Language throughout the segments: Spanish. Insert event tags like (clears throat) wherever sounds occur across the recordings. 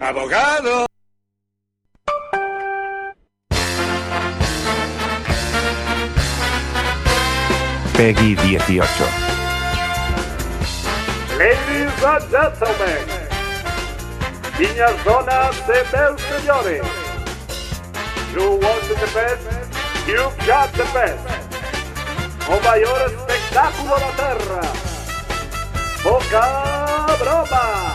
¡Abogado! Peggy 18. Ladies and gentlemen, niñas, donas y bel señores, you want the best, you got the best. O mayor espectáculo da terra, poca broma.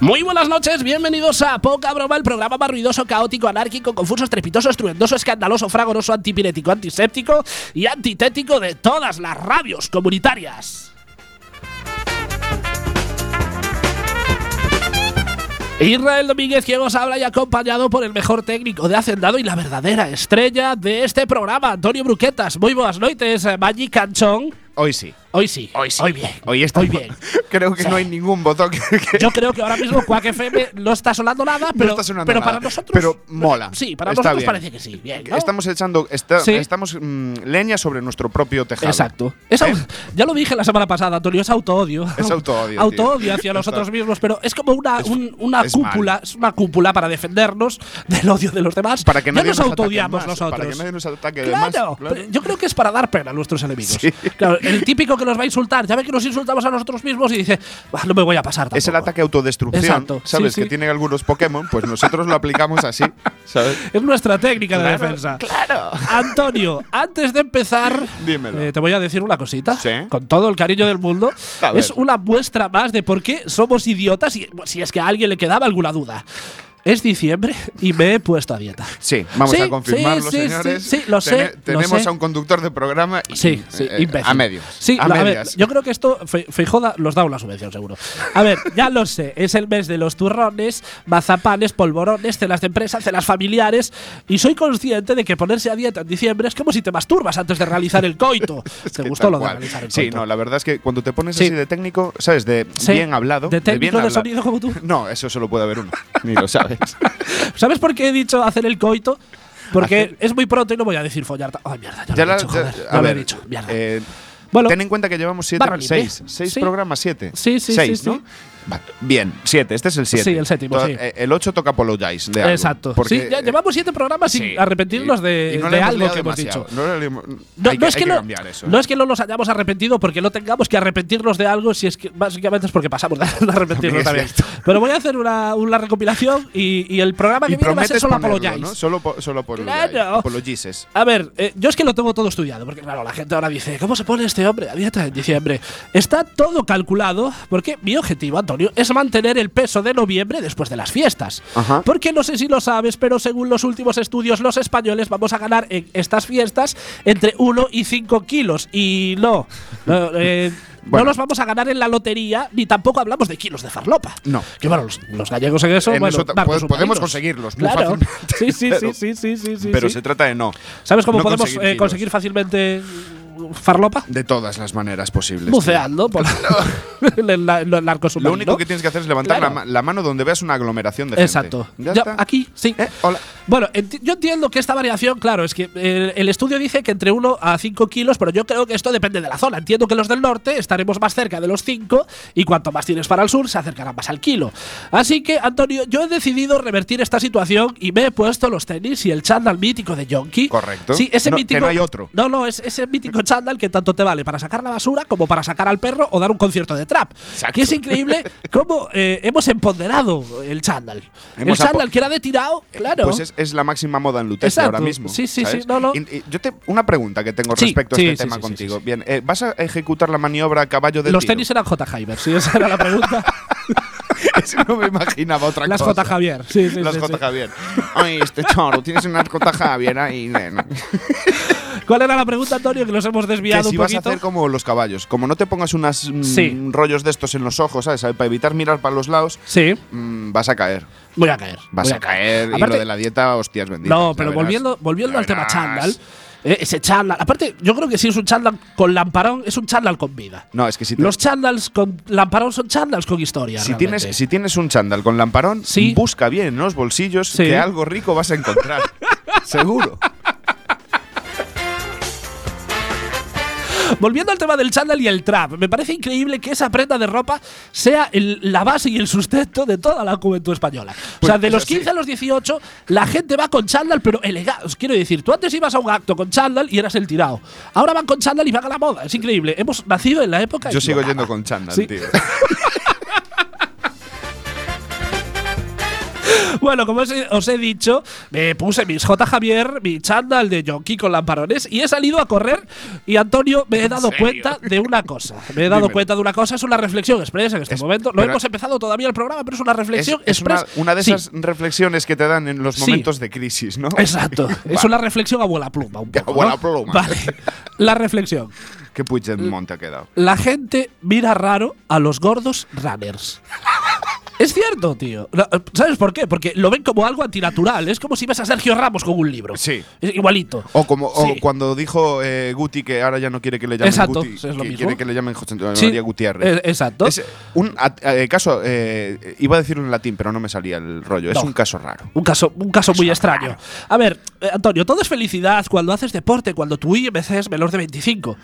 Muy buenas noches, bienvenidos a Poca Broma, el programa más ruidoso, caótico, anárquico, confuso, estrepitoso, estruendoso, escandaloso, fragoroso, antipirético, antiséptico y antitético de todas las radios comunitarias. Israel Domínguez, quien os habla y acompañado por el mejor técnico de Hacendado y la verdadera estrella de este programa, Antonio Bruquetas. Muy buenas noches, eh, Magic Canchón. Hoy sí. Hoy sí, Hoy sí. hoy bien. Hoy está (laughs) Hoy bien. Creo que Sí. no hay ningún botón que, que Yo creo que ahora mismo Quack FM no está sonando nada, no pero, está sonando pero nada. para nosotros. Pero mola. Sí, para Está nosotros bien. parece que sí. Bien, ¿no? Estamos echando esta- Sí. estamos mm, leña sobre nuestro propio tejado. Exacto. Es au- Ya lo dije la semana pasada, Antonio, es autoodio. ¿Eh? Es autoodio, tío. Autoodio hacia nosotros mismos, pero es como una, un- una es cúpula, mal. es una cúpula para defendernos del odio de los demás. Para que ya nadie nos nos ataque autoodiamos más, nosotros. para que nadie nos ataque de más, claro, claro. pero Yo creo que es para dar pena a nuestros enemigos. Sí. Claro, el típico que nos va a insultar, ya ve que nos insultamos a nosotros mismos y dice, "Bah, no me voy a pasar. Es el tampoco". ataque autodestrucción, Exacto, sí, ¿sabes? sí. Que tienen algunos Pokémon, pues nosotros lo aplicamos así, ¿sabes? Es nuestra técnica de defensa. Claro. Antonio, antes de empezar, Dímelo. eh, te voy a decir una cosita. Sí. Con todo el cariño del mundo. A ver. Es una muestra más de por qué somos idiotas y, si es que a alguien le quedaba alguna duda. Es diciembre y me he puesto a dieta. Sí, vamos Sí, a confirmarlo, sí, sí, señores. sí, sí, lo sé, Tene- lo tenemos sé. a un conductor de programa y- Sí, sí, eh, imbécil. a medios. Sí, a la- a ver, medias. yo creo que esto, Fe- Feijóo los da una subvención, seguro. A ver, ya lo sé, es el mes de los turrones, mazapanes, polvorones, cenas de empresa, cenas familiares, y soy consciente de que ponerse a dieta en diciembre es como si te masturbas antes de realizar el (laughs) coito. ¿Te que gustó tal lo de cual. realizar el Sí, coito? no, la verdad es que cuando te pones Sí. así de técnico, ¿sabes? De Sí, bien hablado. de bien técnico de habla- sonido como tú. (laughs) No, eso solo puede haber uno. (laughs) Ni (laughs) lo sabes. ¿Sabes por qué he dicho hacer el coito? Porque Hacer- es muy pronto y no voy a decir follar. ta- Ay, mierda, ya, lo he dicho, joder, ya- ya a lo he ver, dicho, mierda. eh, Bueno. ten en cuenta que llevamos siete, Barra libre. seis, seis Sí. programas, siete. Sí, sí, Seis, sí, sí. ¿no? Vale, Bien, siete. Este es el siete. Sí, el séptimo, To- sí. eh, El ocho toca Apologize de algo, Exacto. porque, Sí, ya eh, llevamos siete programas sin sí, arrepentirnos y- de, y no de le hemos algo liado que hemos demasiado. dicho. No, le hemos- No, hay no es hay que no, cambiar eso. ¿eh? no es que no nos hayamos arrepentido porque no tengamos que arrepentirnos de algo, si es que básicamente es porque pasamos de (laughs) arrepentirnos es también. cierto. Pero voy a hacer una, una recopilación y, y el programa que y viene va a ser prometes solo ponerlo, Apologize. ¿no? Solo, po- solo Apologize. Claro. Apologises. A ver, eh, yo es que lo tengo todo estudiado, porque claro, la gente ahora dice, ¿cómo se pone este hombre a dieta en diciembre? Está todo calculado, porque mi objetivo, Antonio, es mantener el peso de noviembre después de las fiestas. Ajá. Porque no sé si lo sabes, pero según los últimos estudios, los españoles vamos a ganar en estas fiestas entre 1 y 5 kilos. Y no, no, (laughs) eh, Bueno. no los vamos a ganar en la lotería, ni tampoco hablamos de kilos de farlopa. No. Que bueno, los, los gallegos en eso, En bueno, eso ta- barcos pod- podemos submarinos. conseguirlos muy Claro. fácilmente, Sí, sí, (laughs) sí, pero- sí, sí, sí, sí, Pero sí. se trata de no. ¿Sabes cómo no podemos eh, conseguir, kilos. fácilmente mm, farlopa? De todas las maneras posibles. Buceando pues. por en (laughs) el, la- en el arco tío. Lo submarino. único que tienes que hacer es levantar Claro. la, ma- la mano donde veas una aglomeración de Exacto. gente. Ya Ya, está. aquí, sí. Eh, hola. Bueno, enti- yo entiendo que esta variación, claro, es que eh, el estudio dice que entre 1 a 5 kilos, pero yo creo que esto depende de la zona. Entiendo que los del norte estaremos más cerca de los 5 y cuanto más tienes para el sur, se acercarán más al kilo. Así que, Antonio, yo he decidido revertir esta situación y me he puesto los tenis y el chándal mítico de Yonki. Correcto. Sí, ese No, que mítico. no hay otro. No, no, es ese mítico chándal que tanto te vale para sacar la basura como para sacar al perro o dar un concierto de trap. Exacto. Que es increíble cómo eh, hemos empoderado el chándal. Hemos el apo- chándal que era de tirado, claro. Pues es, es la máxima moda en Lutece Exacto. ahora mismo. Sí, sí, ¿sabes? sí, no, no. Y- y yo te, una pregunta que tengo Sí, respecto sí, a sí, este tema sí, sí, contigo. sí, sí. Bien, eh, ¿vas a ejecutar la maniobra a caballo de Los tiro? (laughs) tenis eran J. Javier, sí, esa era la pregunta. Eso no me imaginaba otra Las cosa. J. Javier, sí, sí, Las sí, J. sí. Javier. Ay, este choro, tienes una J. Javier ahí. nena. ¿Cuál era la pregunta, Antonio? Que nos hemos desviado Que si un vas a poquito. hacer como los caballos, como no te pongas unos Sí. rollos de estos en los ojos, ¿sabes? Para evitar mirar para los lados, Sí, mm, vas a caer. voy a caer. Vas voy a caer. y Aparte- lo de la dieta, hostias benditas. No, ya pero verás. volviendo, volviendo Ya al tema verás. chándal. eh, ese chándal. Aparte, yo creo que si es un chándal con lamparón, es un chándal con vida. No, es que si, te- Los chándals con lamparón son chándals con historia. si, realmente. tienes, si tienes un chándal con lamparón, Sí. busca bien en los bolsillos Sí. que algo rico vas a (laughs) encontrar. Seguro. Volviendo al tema del chándal y el trap, me parece increíble que esa prenda de ropa sea el- la base y el sustento de toda la juventud española. o sea, de es los así. 15 a los 18, la gente va con chándal, pero elegante. Quiero decir, tú antes ibas a un acto con chándal y eras el tirado. Ahora van con chándal y van a la moda. Es increíble. Hemos nacido en la época. Yo sigo equivocada. yendo con chándal, Sí. tío. (laughs) Bueno, como os he, os he dicho, me puse mis J. Javier, mi chándal de Yonki con lamparones y he salido a correr y Antonio me he dado serio? cuenta de una cosa. Me he dado Dímelo. cuenta de una cosa, es una reflexión expresa en este Es- momento. No pero- hemos empezado todavía el programa, pero es una Es, reflexión es una, expresa. una de Sí, esas reflexiones que te dan en los Sí. momentos de crisis, ¿no? Exacto, es Vale. una reflexión abuela pluma un poco. (laughs) Abuela ¿no? pluma. Vale, la reflexión. (laughs) Qué Mm. Puigdemont te ha quedado. La gente mira raro a los gordos runners. Es cierto, tío. No, eh, ¿Sabes por qué? Porque lo ven como algo antinatural. Es como si ves a Sergio Ramos con un libro. Sí. Es igualito. O como o Sí. cuando dijo eh, Guti que ahora ya no quiere que le llamen Exacto, Guti, es lo que mismo. quiere que le llamen José Antonio Sí, María Gutiérrez. eh, exacto. Es un at- eh, caso, eh, iba a decirlo en latín, pero no me salía el rollo. No. Es un caso raro. Un caso, un caso muy extraño. A ver, eh, Antonio, todo es felicidad cuando haces deporte, cuando tu IMC es menor de 25.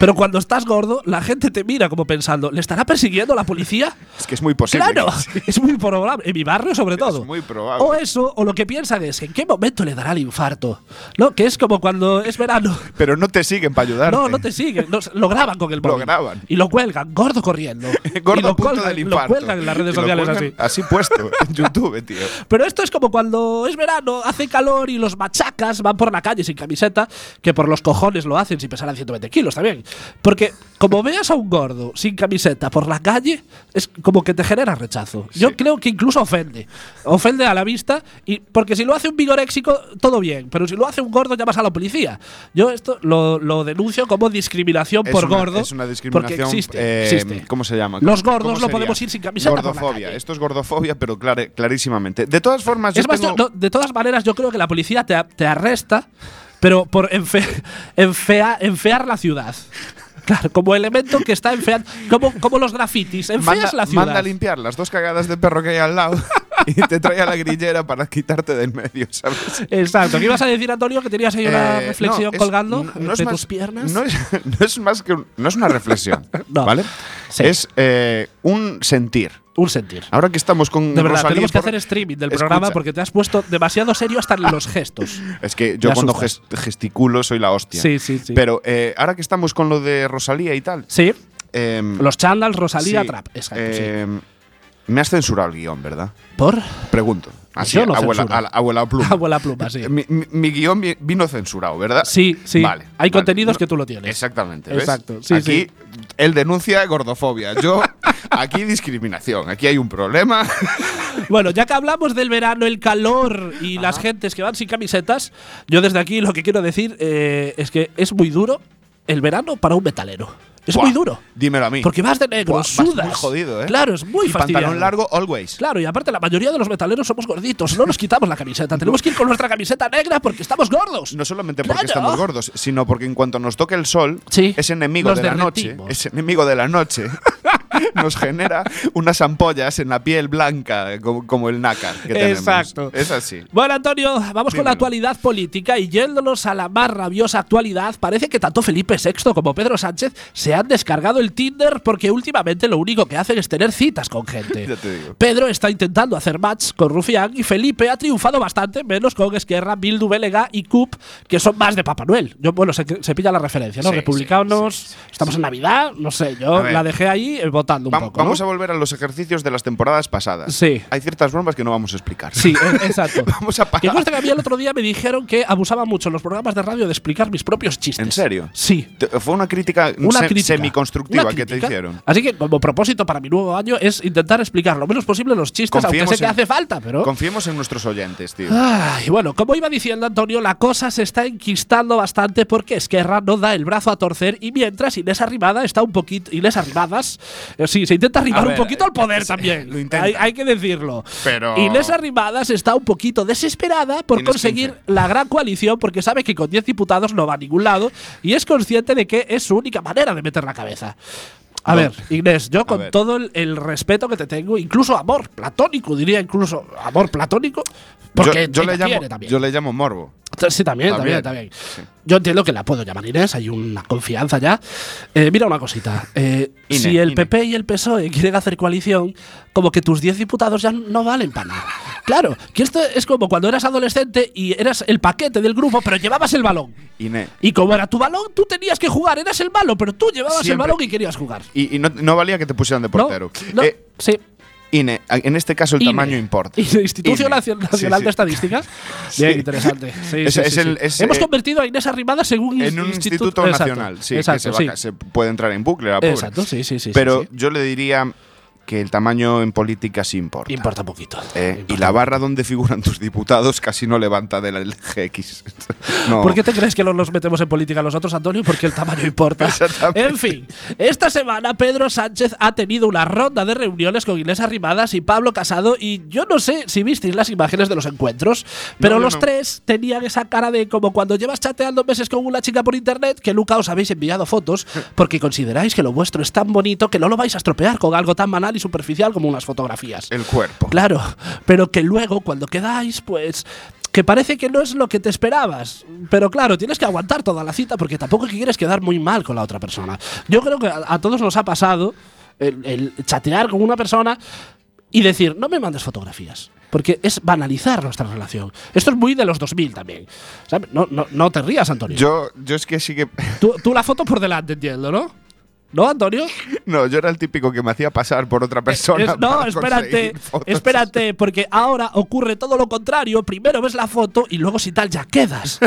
Pero cuando estás gordo, la gente te mira como pensando, ¿le estará persiguiendo la policía? Es que es muy posible. claro, que sí. es muy probable. En mi barrio, sobre todo. muy probable. O eso, o lo que piensan es, ¿en qué momento le dará el infarto? ¿No? Que es como cuando es verano. (laughs) Pero no te siguen para ayudarte. No, no (laughs) te siguen. No, lo graban con el Lo móvil. graban. Y lo cuelgan, gordo corriendo. y (laughs) Gordo lo a punto colgan- del lo infarto. cuelgan en las Y redes lo sociales cuelgan así. Así puesto (laughs) en YouTube, tío. Pero esto es como cuando es verano, hace calor y los machacas van por la calle sin camiseta, que por los cojones lo hacen si pesaran 120 kilos también. Porque como veas a un gordo sin camiseta por la calle, es como que te genera rechazo. Yo creo que incluso ofende. Ofende a la vista, y porque si lo hace un vigoréxico, todo bien. Pero si lo hace un gordo, llamas a la policía. Yo esto lo, lo denuncio como discriminación Es por una- gordo. Es una Porque discriminación. existe, eh, existe. ¿Cómo se llama? Los ¿Cómo gordos no sería? podemos ir sin camiseta por la Gordofobia. calle. Esto es gordofobia, pero clare- clarísimamente. De todas formas, yo Es más, yo- no, tengo- de todas maneras, yo creo que la policía te, a- te arresta, pero por enfe- enfea- enfear la ciudad. Claro, como elemento que está enfeando. Como, como los grafitis, enfeas manda, la ciudad. manda a limpiar las dos cagadas de perro que hay al lado (laughs) y te trae a la grillera para quitarte del medio, ¿sabes? Exacto. ¿Qué ibas a decir, Antonio? Que tenías ahí una Eh, no, reflexión es- colgando no- no entre es más- tus piernas. No es, (laughs) no es más que un- no es una reflexión, (laughs) No. ¿vale? Sí. Es eh, un sentir. Un sentir. Ahora que estamos con De verdad, Rosalía tenemos que por- hacer streaming del Escucha, programa porque te has puesto demasiado serio hasta en los gestos. es que yo me cuando asustas. gest- gesticulo soy la hostia. Sí, sí, sí. Pero eh, ahora que estamos con lo de Rosalía y tal, Sí. em, Los chándals, Rosalía, sí, Trap. Exacto, em, me has censurado el guión, ¿verdad? sí. ¿Por? Pregunto. Así, Yo no abuela, censuro. a la- abuela pluma. (laughs) Abuela pluma, sí. Mi, mi- mi guión vi- vino censurado, ¿verdad? Sí, sí. Vale, Hay vale. contenidos No, que tú lo tienes. Exactamente. ¿ves? Exacto, sí, aquí él denuncia gordofobia. (laughs) Yo, aquí discriminación. Aquí hay un problema. Bueno, ya que hablamos del verano, el calor y las gentes que van sin camisetas, yo desde aquí lo que quiero decir eh, es que es muy duro el verano para un metalero. Es Buah, muy duro. Dímelo a mí. Porque vas de negro, Buah, vas sudas. muy jodido, ¿eh? Claro, es muy y fastidiado. pantalón largo, always. Claro, y aparte la mayoría de los metaleros somos gorditos, no nos quitamos la camiseta, tenemos que ir con nuestra camiseta negra porque estamos gordos. No solamente porque Claro. estamos gordos, sino porque en cuanto nos toque el sol, Sí. es enemigo Nos de la noche. derretimos. Es enemigo de la noche. (laughs) Nos genera unas ampollas en la piel blanca, como, como el nácar que tenemos. Exacto. Es así. Bueno, Antonio, vamos con la Dímelo. actualidad política y yéndonos a la más rabiosa actualidad, parece que tanto Felipe VI como Pedro Sánchez se han descargado el Tinder porque últimamente lo único que hacen es tener citas con gente. (laughs) Ya te digo. Pedro está intentando hacer match con Rufián y Felipe ha triunfado bastante, menos con Esquerra, Bildu, Belega y CUP, que son más de Papá Noel. Yo, bueno, se, se pilla la referencia, ¿no? Sí, Republicanos, sí, sí, sí, estamos en Navidad, no sé, yo A ver. la dejé ahí eh, votando explicando un Vam- poco. vamos ¿no? a volver a los ejercicios de las temporadas pasadas. Sí. Hay ciertas bromas que no vamos a explicar. Sí, e- exacto. (laughs) Vamos a parar. Que consta que a mí el otro día me dijeron que abusaba mucho en los programas de radio de explicar mis propios chistes. ¿En serio? Sí. Te- Fue una crítica, Una se- crítica. semiconstructiva Una que te crítica. hicieron. Así que, como propósito para mi nuevo año, es intentar explicar lo menos posible los chistes, Confiemos aunque sé que en- hace falta, pero. Confiemos en nuestros oyentes, tío. Ay, bueno, como iba diciendo Antonio, la cosa se está enquistando bastante porque Esquerra no da el brazo a torcer y mientras Inés Arribada está un poquito. Inés Arribadas. eh, sí, se intenta arribar A un ver, eh, poquito al poder sí, también. lo intenta. Hay, hay que decirlo. Pero- Inés Arribadas está un poquito desesperada por Inés conseguir 15. la gran coalición porque sabe que con 10 diputados no va a ningún lado y es consciente de que es su única manera de meter la cabeza. A No. ver, Inés, yo con ver. todo el, el respeto que te tengo, incluso amor platónico, diría incluso amor platónico, porque yo, yo le ella llamo, tiene también. yo le llamo morbo. sí, también, también, También, también. sí. Yo entiendo que la puedo llamar Inés, hay una confianza ya. Eh, mira una cosita, eh, Ine, si el Ine. PP y el PSOE E quieren hacer coalición, como que tus 10 diputados ya no valen para nada. Claro, que esto es como cuando eras adolescente y eras el paquete del grupo, pero llevabas el balón. Ine- Y como era tu balón, tú tenías que jugar, eras el malo, pero tú llevabas el Siempre. balón y querías jugar. Y, y no, no valía que te pusieran de No, portero. no, Eh, sí. Ine, en este caso el INE. tamaño importa. Y (laughs) el Instituto INE. Nacio- Nacional, Sí, sí. de Estadística. (laughs) Bien, interesante. Sí, Es- sí, es sí, el- sí. es, Hemos eh, convertido a Inés Arrimada según En un instituto, exacto, nacional, sí, exacto, que se, va sí. ca- se puede entrar en bucle, la pobre. Exacto, sí, sí, sí. Pero sí, yo le diría que el tamaño en política sí importa. sí. importa poquito. Eh, Importa y la poquito. barra donde figuran tus diputados casi no levanta de la LGX. (laughs) no. ¿Por qué te crees que no nos metemos en política nosotros, Antonio? Porque el tamaño importa. (laughs) Exactamente. En fin, esta semana Pedro Sánchez ha tenido una ronda de reuniones con Inés Arrimadas y Pablo Casado y yo no sé si visteis las imágenes de los encuentros, pero No, yo los no. tres tenían esa cara de como cuando llevas chateando meses con una chica por internet que nunca os habéis enviado (laughs) fotos porque consideráis que lo vuestro es tan bonito que no lo vais a estropear con algo tan banal y superficial como unas fotografías. El cuerpo. Claro, pero que luego cuando quedáis, pues que parece que no es lo que te esperabas. Pero claro, tienes que aguantar toda la cita porque tampoco quieres quedar muy mal con la otra persona. Yo creo que a, a todos nos ha pasado el, el chatear con una persona y decir, no me mandes fotografías. Porque es banalizar nuestra relación. Esto es muy de los 2000 también. ¿sabes? No, no, no te rías, Antonio. Yo, yo es que sí que. (laughs) Tú, tú la foto por delante, entiendo, ¿no? ¿No, Antonio? No, yo era el típico que me hacía pasar por otra persona. Eh, Es- no, para espérate, conseguir fotos. espérate, porque ahora ocurre todo lo contrario. Primero ves la foto y luego si tal ya (laughs) quedas.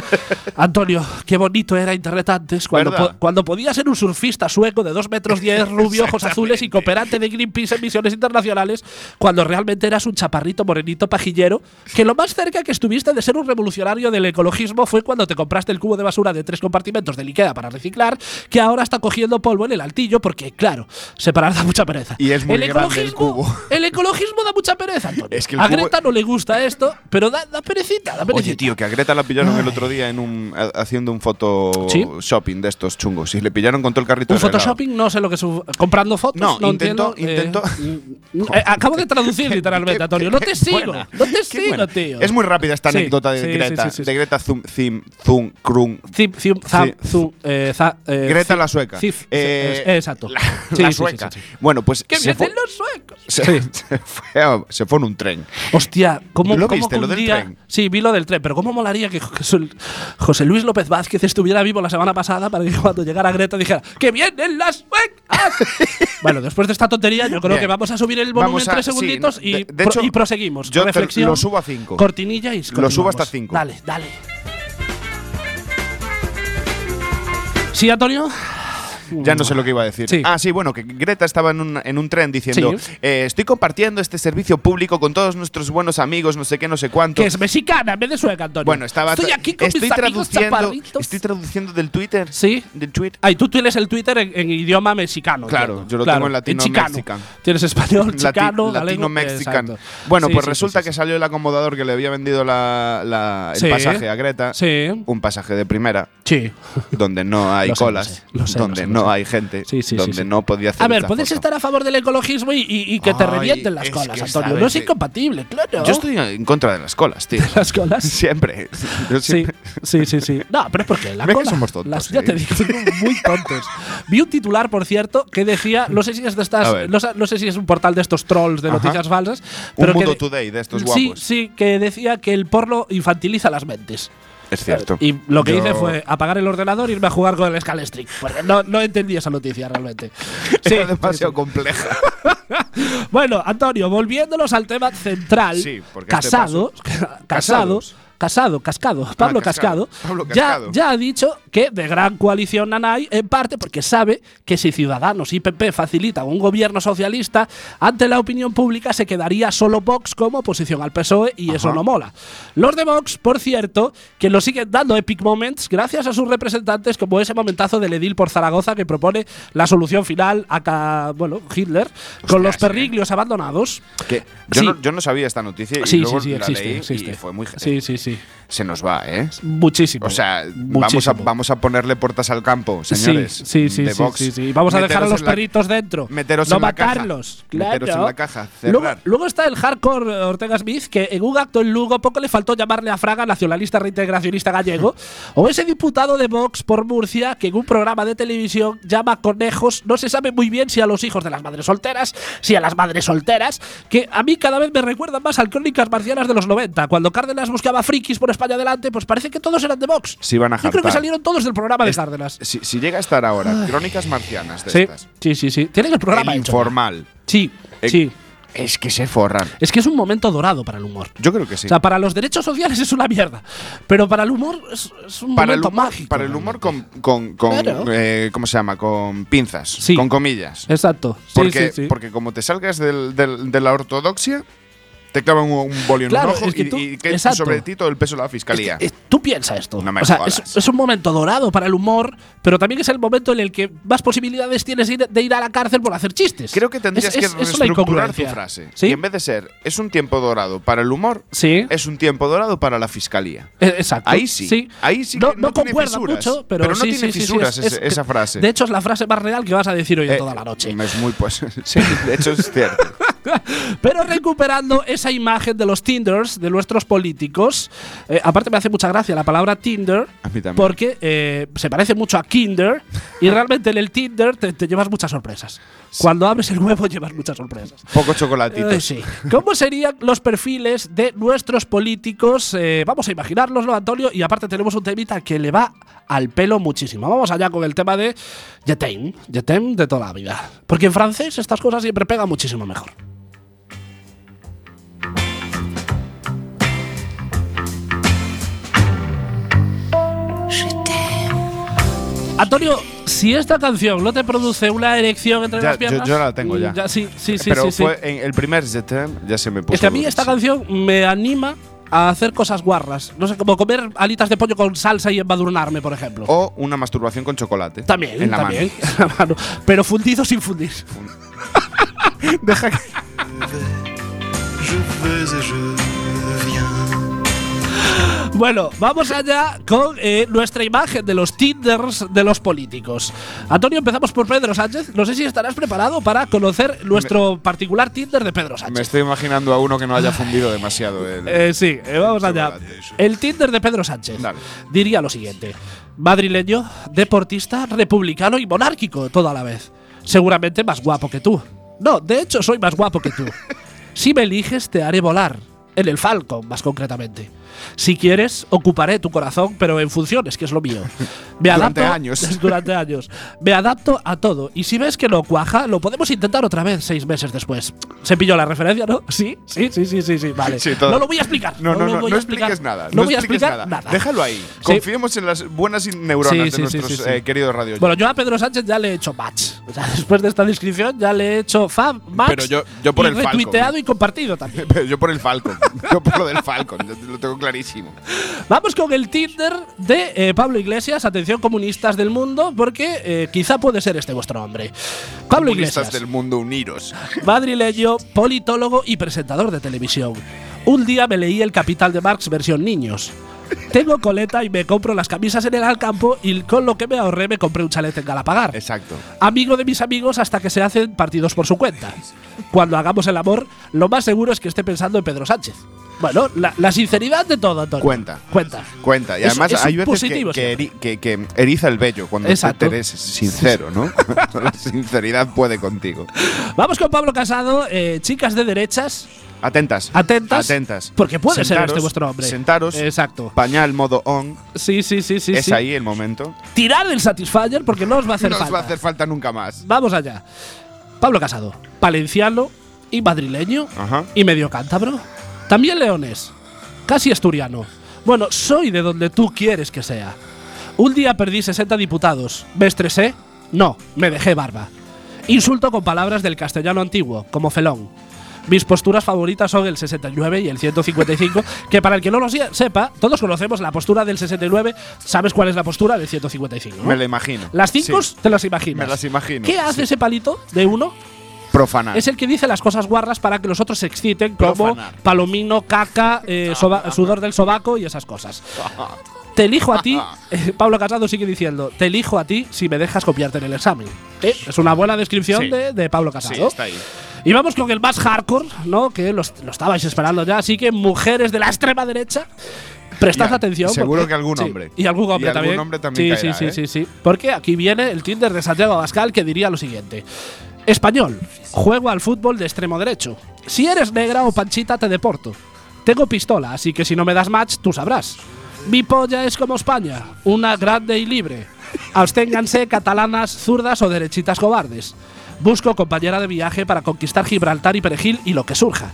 Antonio, qué bonito era Internet antes, cuando, ¿Verdad? po- cuando podía ser un surfista sueco de 2 metros 10, rubio, ojos azules y cooperante de Greenpeace en misiones internacionales, cuando realmente eras un chaparrito morenito pajillero, que lo más cerca que estuviste de ser un revolucionario del ecologismo fue cuando te compraste el cubo de basura de tres compartimentos del Ikea para reciclar, que ahora está cogiendo polvo en el altillo, porque claro, separar da mucha pereza. Y es muy grande el cubo. El ecologismo da mucha pereza, Antonio. Es que el a cubo- Greta no le gusta esto, pero da, da perecita, da perecita. Oye, tío, que a Greta la pillaron el otro día en un, ha- haciendo un foto Sí. shopping de estos chungos. Y le pillaron con todo el carrito Un de helado. photoshopping, no sé lo que es. un- Comprando fotos. No, No, intentó- entiendo, eh, mm, intentó- eh, acabo de traducir literalmente, (laughs) Qué- Antonio. qué- No te qué sigo. buena. No te Qué sigo, bueno. tío. Es muy rápida esta Sí, anécdota de sí, sí, Greta. sí, sí. De Greta Zum, Zim, Zum, Krum. Zip, zip, zap, Sí. zu, eh, za, eh, Greta zip, la sueca. zip, Eh, eh, exacto. La, Sí, sí, la sí, sí, sueca. sí, sí. Bueno, pues ¡Que se, vienen fue, los suecos! se- (laughs) se fue a- se fue en un tren. Hostia, ¿cómo, ¿Lo cómo viste, que lo un del día- tren? Sí, vi lo del tren, pero ¿cómo molaría que José José Luis López Vázquez estuviera vivo la semana pasada para que cuando llegara Greta dijera ¡Que vienen las (laughs) suecas! bueno, después de esta tontería, yo creo Bien. que vamos a subir el volumen Vamos a- tres sí, segunditos y, de- de pro- hecho, y proseguimos. yo te- Reflexión, lo subo a cinco. Cortinilla y Lo subo hasta continuamos. cinco. Dale, dale. ¿Sí, Antonio? Ya no sé lo que iba a decir. Mm. Sí. Ah, sí, bueno, que Greta estaba en un, en un tren diciendo, Sí. eh, estoy compartiendo este servicio público con todos nuestros buenos amigos, no sé qué, no sé cuánto. Que es mexicana en vez de sueca, Antonio. Bueno, estaba Estoy tra- aquí con estoy mis amigos traduciendo, chaparritos. estoy traduciendo del Twitter. Sí. Del tweet. Ay, tú tienes el Twitter en, en idioma mexicano. Claro, entiendo. yo lo tengo en latino chicano. mexican. Tienes español, Lati- chicano, latino galego, mexicano. exacto. Bueno, Sí, pues sí, resulta sí, que sí. salió el acomodador que le había vendido la- la- el Sí. pasaje a Greta. Sí. Un pasaje de primera, Sí. donde no (laughs) hay Lo sé, lo colas, sé, lo sé, donde lo sé, lo no sé. hay gente, Sí, sí, sí, donde sí. no podía hacer A ver, esta podéis foto. estar a favor del ecologismo y, y- y que te Ay, revienten las es colas, que Antonio. sabes No es que- incompatible, claro. Yo estoy en contra de las (laughs) colas, tío. las colas. Siempre. Yo Sí, siempre- sí, sí, (laughs) sí. No, pero es porque la Ve que cola- somos tontos, las- sí. ya te digo, somos muy tontos. Vi un titular, por cierto, que decía, no sé si es de A estas, ver. no, sa- no sé si es un portal de estos trolls de Ajá. noticias falsas, Un pero que mundo de- today de estos Sí, guapos. sí, que decía que el porno infantiliza las mentes. Es cierto. (laughs) Y lo que Yo- hice fue apagar el ordenador e irme a jugar con el Scalestrick. Porque no, no entendí esa noticia realmente. Sí, (laughs) Era sí, demasiado sí. compleja. Bueno, Antonio, volviéndonos al tema central. Sí, porque este casado, (laughs) casado, Casados. Ah, casado, cascado, Pablo Cascado. Cascado, Pablo ya, Cascado. ya ha dicho que de gran coalición Nanay, en parte porque sabe que si Ciudadanos y PP facilitan un gobierno socialista, ante la opinión pública se quedaría solo Vox como oposición al PSOE E y eso Ajá. no mola. Los de Vox, por cierto, que lo siguen dando epic moments gracias a sus representantes como ese momentazo del edil por Zaragoza que propone la solución final a, ca- bueno, Hitler con los Hostias, eh. perriglios abandonados. Que yo, Sí. no, yo no sabía esta noticia y Sí, sí, luego sí, la existe, leí existe. y fue muy genial. Sí, sí, sí. Se nos va, ¿eh? Muchísimo. O sea, vamos a, Muchísimo. vamos a ponerle puertas al campo, Sí, señores. Sí, sí, de sí, Vox. sí, sí. Vamos a dejar a Meteros los en la- perritos dentro. meteros no en la caja. matarlos. Claro. Meteros en la caja, cerrar. Luego, luego está el hardcore eh, Ortega Smith, que en un acto en Lugo poco le faltó llamarle a Fraga nacionalista reintegracionista gallego. o ese diputado de Vox por Murcia, que en un programa de televisión llama conejos, no se sabe muy bien si a los hijos de las madres solteras, si a las madres solteras, que a mí cada vez me recuerdan más al Crónicas Marcianas de los 90. Cuando Cárdenas buscaba frikis por España adelante, pues parece que todos eran de Vox. Sí, van a Yo creo que jartar. salieron todos del programa de Es- Cárdenas. Si, si llega a estar ahora, crónicas marcianas de Sí, estas. sí, sí, sí. Tienen el programa El hecho. informal. Sí, Eh, sí. Es que se forran. Es que es un momento dorado para el humor. Yo creo que sí. O sea, para los derechos sociales es una mierda. Pero para el humor es, es un para el momento humor, mágico. para el humor con, con, con, Claro. eh, ¿cómo se llama? Con pinzas, Sí. con comillas. Exacto. Sí, Porque, sí, sí. porque como te salgas del- del- de la ortodoxia, te clavan un, un bolio Claro, en un ojo es que y- tú- y, cae exacto. sobre ti todo el peso de la Es fiscalía. que, eh, Tú piensas esto. No me o sea, es, jodas. es un momento dorado para el humor, pero también es el momento en el que más posibilidades tienes de ir- de ir a la cárcel por hacer chistes. Creo que Es- tendrías es- que es una reestructurar tu incongruencia. frase. Sí, Y en vez de ser, es un tiempo dorado para el humor, sí. es un tiempo dorado para la fiscalía. Eh, Exacto. Ahí sí. Ahí sí que No, no no tiene concuerda fisuras, mucho, pero, pero no sí, tiene sí, sí, sí, fisuras ese- esa frase. De hecho, es la frase más real que vas a decir hoy en Eh, toda la noche. (laughs) Es muy (laughs) pues. sí, de hecho es cierto. Pero recuperando esa imagen de los Tinders, de nuestros políticos, eh, aparte me hace mucha gracia la palabra Tinder, A mí también. porque eh, se parece mucho a Kinder, y realmente en el Tinder te, te llevas muchas sorpresas. Cuando abres el huevo (laughs) llevas muchas sorpresas. Poco Eh, chocolatitos. sí. ¿Cómo serían los perfiles de nuestros políticos? Eh, vamos a imaginárnoslo, Antonio, y aparte tenemos un temita que le va al pelo muchísimo. Vamos allá con el tema de Jetem, Jetem de toda la vida. Porque en francés estas cosas siempre pegan muchísimo mejor. Antonio, si esta canción no te produce una erección entre Ya, las yo, piernas, Mm, yo la tengo ya. sí, sí, sí, Pero sí, sí. fue en el primer ZM ya se me puso. Es que a mí duro, esta sí. canción me anima a hacer cosas guarras. No sé, como comer alitas de pollo con salsa y embadurnarme, por ejemplo. O una masturbación con chocolate. también, Oh, En la también. (laughs) En la mano. Pero fundido sin fundir. mano. (laughs) Deja que- Je vais et je viens. Bueno, vamos allá con eh, nuestra imagen de los Tinders de los políticos. Antonio, empezamos por Pedro Sánchez. No sé si estarás preparado para conocer nuestro particular Tinder de Pedro me Sánchez. estoy imaginando a uno que no haya fundido demasiado. El, Eh, sí, eh, vamos allá. El Tinder de Pedro Sánchez Dale. diría lo siguiente: madrileño, deportista, republicano y monárquico, toda la vez. Seguramente más guapo que tú. No, de hecho, soy más guapo (laughs) que tú. si me eliges, te haré volar. En el Falcon, más concretamente. Si quieres, ocuparé tu corazón, pero en funciones, que es lo mío. Me Durante adapto- años. (laughs) durante años. Me adapto a todo. Y si ves que no cuaja, lo podemos intentar otra vez seis meses después. ¿Se pilló la referencia, no? Sí, sí, sí, sí, sí, sí. Vale. Sí, todo. No lo voy a explicar. no, no, lo no, voy no a explicar. expliques nada. No, voy a expliques explicar nada. nada. Déjalo ahí. Sí. Confiemos en las buenas Sí, neuronas de sí, sí, nuestros sí, sí. eh, queridos radio. Bueno, yo a Pedro Sánchez ya le he hecho match. O sea, (laughs) después de esta descripción ya le he hecho fab, match. Pero yo- yo por y el Falcon. retuiteado y compartido (laughs) también. Pero yo por el Falcon. yo por lo del Falcon. Yo lo tengo clarísimo. Vamos con el Tinder de eh, Pablo Iglesias. Atención, comunistas del mundo, porque eh, quizá puede ser este vuestro hombre. Pablo Comunistas Iglesias. del mundo uniros. madrileño, politólogo y presentador de televisión. Un día me leí El Capital de Marx versión niños. Tengo coleta y me compro las camisas en el Alcampo y con lo que me ahorré me compré un chalet en Galapagar. Exacto. Amigo de mis amigos hasta que se hacen partidos por su cuenta. Cuando hagamos el amor, lo más seguro es que esté pensando en Pedro Sánchez. Bueno, la, la sinceridad de todo, Antonio. Cuenta. Cuenta. Cuenta. Y Es- además es un hay veces que- positivo que, siempre. eri- que- que eriza el vello cuando te- Exacto. te eres sincero, ¿no? (laughs) Cuando la sinceridad puede contigo. Vamos con Pablo Casado, eh, chicas de derechas. Atentas. Atentas. Atentas. Porque puede ser Sentaros, este vuestro hombre. Sentaros. Exacto. Pañal modo on. Sí, sí, sí, sí. es sí. ahí el momento. Tirar el Satisfyer porque no os va a hacer no os falta. va a hacer falta nunca más. Vamos allá. Pablo Casado, palenciano y madrileño Ajá. y medio cántabro. También leones, casi asturiano. Bueno, soy de donde tú quieres que sea. Un día perdí 60 diputados. ¿Me estresé? No, me dejé barba. Insulto con palabras del castellano antiguo, como felón. Mis posturas favoritas son el 69 y el 155, que para el que no lo se- sepa, todos conocemos la postura del 69. ¿Sabes cuál es la postura del 155? no? Me lo imagino. Las cinco Sí. te las imaginas. Me las imagino, ¿Qué hace sí. Ah. ese palito de uno? Profanar. Es el que dice las cosas guarras para que los otros se exciten, como Profanar. palomino, caca, Ah, eh, soba- sudor del sobaco y esas cosas. Te elijo Ah, a ti, eh, Pablo Casado sigue diciendo, te elijo a ti si me dejas copiarte en el examen. Eh, es una buena descripción Sí. de, de Pablo Casado. Sí, está ahí. Y vamos con el más hardcore, ¿no? Que los- lo, estabais esperando ya. Así que, mujeres de la extrema derecha, prestad Ya, atención. seguro porque- que algún sí, hombre. Y algún Y hombre algún también. hombre también Sí, caerá, sí, ¿eh? sí, sí, sí. Porque aquí viene el Tinder de Santiago Abascal que diría lo siguiente: Español, juego al fútbol de extremo derecho. Si eres negra o panchita, te deporto. Tengo pistola, así que si no me das match, tú sabrás. Mi polla es como España, una grande y libre. Absténganse catalanas, zurdas o derechitas cobardes. Busco compañera de viaje para conquistar Gibraltar y Perejil y lo que surja.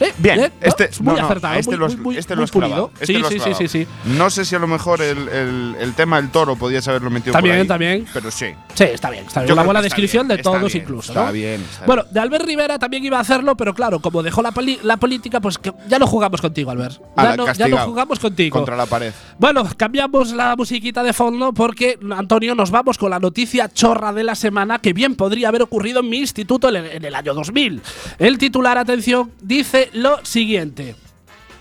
Eh, Bien, eh, ¿no? este Es muy no, no, acertado, este muy, lo has, muy, muy- este muy lo has clavado, pulido. este sí, lo has sí, sí, sí, clavado. sí. No sé si a lo mejor el, el- el tema del toro podías haberlo metido También, por ahí, también. Pero sí. Sí, está bien, está bien. Yo Una buena creo que está descripción bien, de está todos bien, incluso, está ¿no? bien, está bueno, de Albert Rivera también iba a hacerlo, pero claro, como dejó la, poli- la política, pues que ya no jugamos contigo, Albert. Ala, Ya, no, ya no castigado. jugamos contigo. Contra la pared. Bueno, cambiamos la musiquita de fondo porque, Antonio, nos vamos con la noticia chorra de la semana que bien podría haber ocurrido en mi instituto en el, en el año 2000. El titular, atención, dice lo siguiente.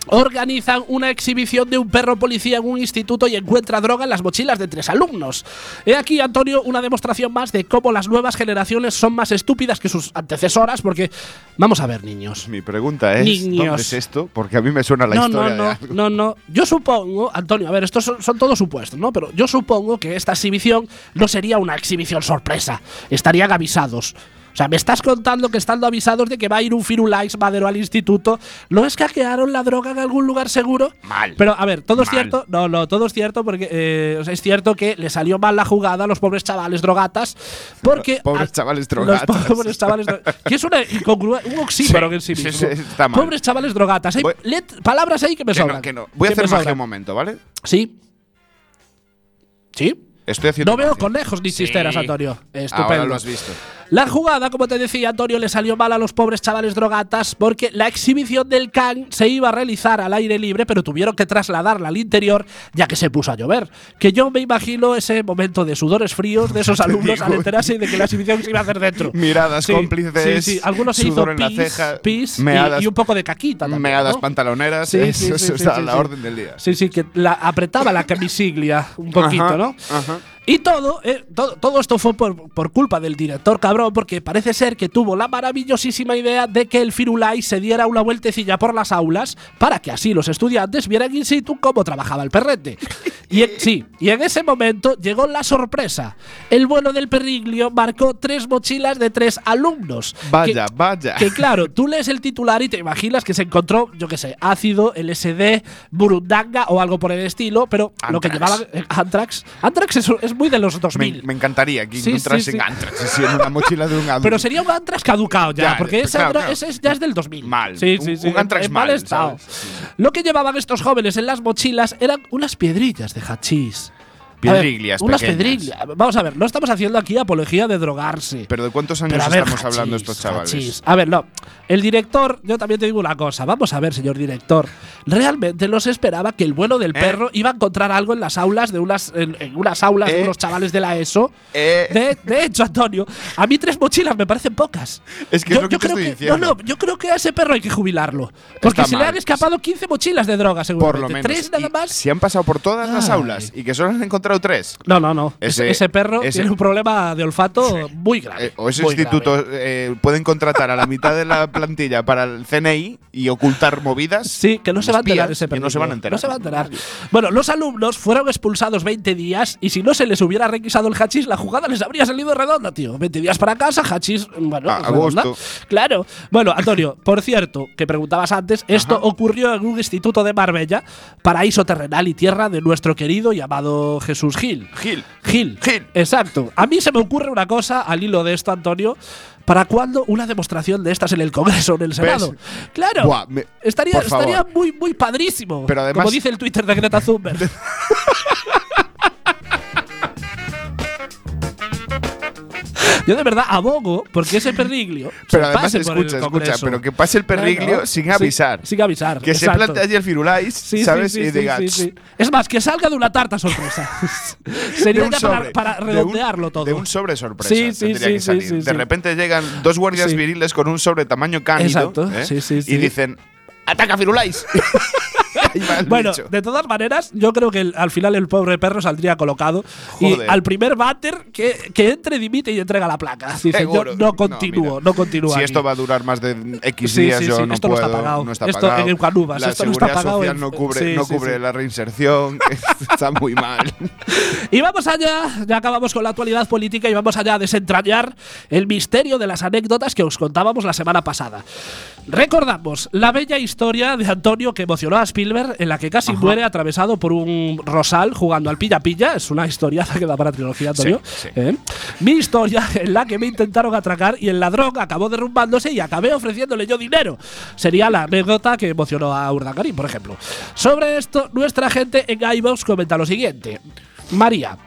Organizan una exhibición de un perro policía en un instituto y encuentra droga en las mochilas de tres alumnos. He aquí, Antonio, una demostración más de cómo las nuevas generaciones son más estúpidas que sus antecesoras, porque vamos a ver, niños. Mi pregunta es, Niños. ¿dónde es esto? Porque a mí me suena la no, no, historia de no, (laughs) algo. no, no. Yo supongo, Antonio, a ver, estos son, son todos supuestos, ¿no? Pero yo supongo que esta exhibición no sería una exhibición sorpresa. Estarían avisados. O sea, me estás contando que estando avisados de que va a ir un Firulais madero al instituto, ¿no escaquearon la droga en algún lugar seguro? Mal. Pero, a ver, todo es Mal. cierto. No, no, todo es cierto porque eh, o sea, es cierto que le salió mal la jugada a los pobres chavales drogatas. Porque. (laughs) Pobres a- chavales Ah, los (laughs) drogatas. (laughs) pobres chavales drogatas. Que es una incongrua- un oxímoron Sí, en sí sí, mismo. sí, está mal. Pobres chavales drogatas. Hay Voy- let- palabras ahí que me Que no, sobran. que no. Voy a Que hacer me magia sobran. un momento, ¿vale? Sí. Sí. Estoy haciendo No veo magia. conejos ni cisteras, Antonio. Estupendo. Ahora lo has visto. La jugada, como te decía Antonio, le salió mal a los pobres chavales drogatas porque la exhibición del can se iba a realizar al aire libre, pero tuvieron que trasladarla al interior ya que se puso a llover. Que yo me imagino ese momento de sudores fríos (laughs) de esos alumnos digo. al enterarse de que la exhibición se iba a hacer (laughs) dentro. Miradas Sí, cómplices, Sí, sí. Algunos se hizo sudor en la pis, ceja, pis y- meadas- y, un poco de caquita también, Meadas ¿no? pantaloneras, Sí, sí, sí, eso, eso sí, está sí, a la sí. orden del día. Sí, sí, que la apretaba la (laughs) camisiglia un poquito, Ajá, ¿no? ajá. Y todo, eh, todo, todo esto fue por, por culpa del director cabrón, porque parece ser que tuvo la maravillosísima idea de que el Firulais se diera una vueltecilla por las aulas para que así los estudiantes vieran in situ cómo trabajaba el perrete. Y en- sí, y en ese momento llegó la sorpresa. El bueno del perriglio marcó tres mochilas de tres alumnos. que- Vaya, vaya. que claro, tú lees el titular y te imaginas que se encontró, yo qué sé, ácido, LSD, burundanga o algo por el estilo, pero lo que Antrax. llevaba eh, Antrax. Antrax es, es muy de los me, 2000. me encantaría que Sí, sí, encontrasen sí. Anthrax así en una mochila de un adulto. pero sería un Antrax caducado ya, Ya, porque pero ese, claro, Antra- claro. ese es- ya es del 2000. Mal. Sí, Un- sí, sí. un Antrax en mal, mal, estado. ¿sabes? Sí. Lo que llevaban estos jóvenes en las mochilas eran unas piedrillas de hachís. A ver, Piedriglias unas pequeñas. piedrillas. Vamos a ver, no estamos haciendo aquí apología de drogarse. ¿Pero de cuántos Pero años a ver, estamos hachís, hablando estos chavales? hachís. A ver, no. El director, yo también te digo una cosa. Vamos a ver, señor director. Realmente no se esperaba que el bueno del Eh. perro iba a encontrar algo en las aulas de unas, en, en unas aulas de Eh. unos chavales de la ESO. Eh. De, de hecho, Antonio, a mí tres mochilas me parecen pocas. Es que es lo que te creo estoy que- diciendo. No, no, yo creo que a ese perro hay que jubilarlo. Porque Está se le mal. han escapado 15 mochilas de droga, Por seguramente. lo menos. Tres nada Y más. Si han pasado por todas las Ay. aulas y que solo han 4 o 3. No, no, no. Ese, Ese- ese perro ese- Eh, tiene un problema de olfato muy grave. o ese muy grave. instituto eh, pueden contratar a la mitad de la plantilla para el CNI y ocultar movidas. Sí, que no se va a enterar espías, ese que no se van a perdido. enterar. No se va a enterar. Bueno, los alumnos fueron expulsados 20 días y si no se les hubiera requisado el hachís, la jugada les habría salido redonda, tío. 20 días para casa, hachís, bueno, A- a redonda. gusto. Claro. Bueno, Antonio, por cierto, que preguntabas antes, esto ocurrió en un instituto de Marbella, paraíso terrenal y tierra de nuestro querido y amado Jesús Gil. Gil. Gil. Gil. Exacto. A mí se me ocurre una cosa al hilo de esto, Antonio. ¿Para cuándo una demostración de estas en el Congreso o en el Senado? Claro. Buah, me- estaría por favor. estaría muy, muy padrísimo. Pero además- como dice el Twitter de Greta Thunberg. (laughs) Yo de verdad abogo porque ese perriglio. se Pero además, pase por el escucha, escucha, Congreso. pero que pase el perriglio Claro. sin Sí, avisar. sin avisar. Que se exacto. plante allí el firulais, Sí, sí, ¿sabes? sí, sí, y diga, sí, sí. Es más, que salga de una tarta (laughs) sorpresa. Sería ya para, para de un- redondearlo todo. De un sobre sorpresa. Sí, sí, tendría sí, que sí, salir. sí, de sí. repente llegan dos guardias Sí. viriles con un sobre tamaño cánido. Exacto, ¿eh? sí, sí, sí. Y dicen: (laughs) ¡Ataca Firulais! Ahí va el Bueno, bicho. de todas maneras, yo creo que el- al final el pobre perro saldría colocado. Y Joder. al primer váter que, que entre, dimite y entrega la placa. Dice, Seguro. yo no No, continúo, no, mira. continúo. Si aquí. esto va a durar más de X Sí, días, sí, yo sí, no esto no puedo. está pagado. No está Esto en pagado. Eucanubas, la esto no está seguridad pagado social en- no cubre, Sí, no sí, cubre sí. la reinserción. (laughs) está muy mal. Y vamos allá, ya acabamos con la actualidad política y vamos allá a desentrañar el misterio de las anécdotas que os contábamos la semana pasada. Recordamos la bella historia de Antonio que emocionó a Spielberg en la que casi muere atravesado por un rosal jugando al pilla-pilla. Es una historiaza (laughs) que da para trilogía, Antonio. Sí, sí. ¿Eh? Mi historia en la que me intentaron atracar y el ladrón acabó derrumbándose y acabé ofreciéndole yo dinero. Sería la anécdota que emocionó a Urdangarín, por ejemplo. Sobre esto, nuestra gente en iVoox comenta lo siguiente. María,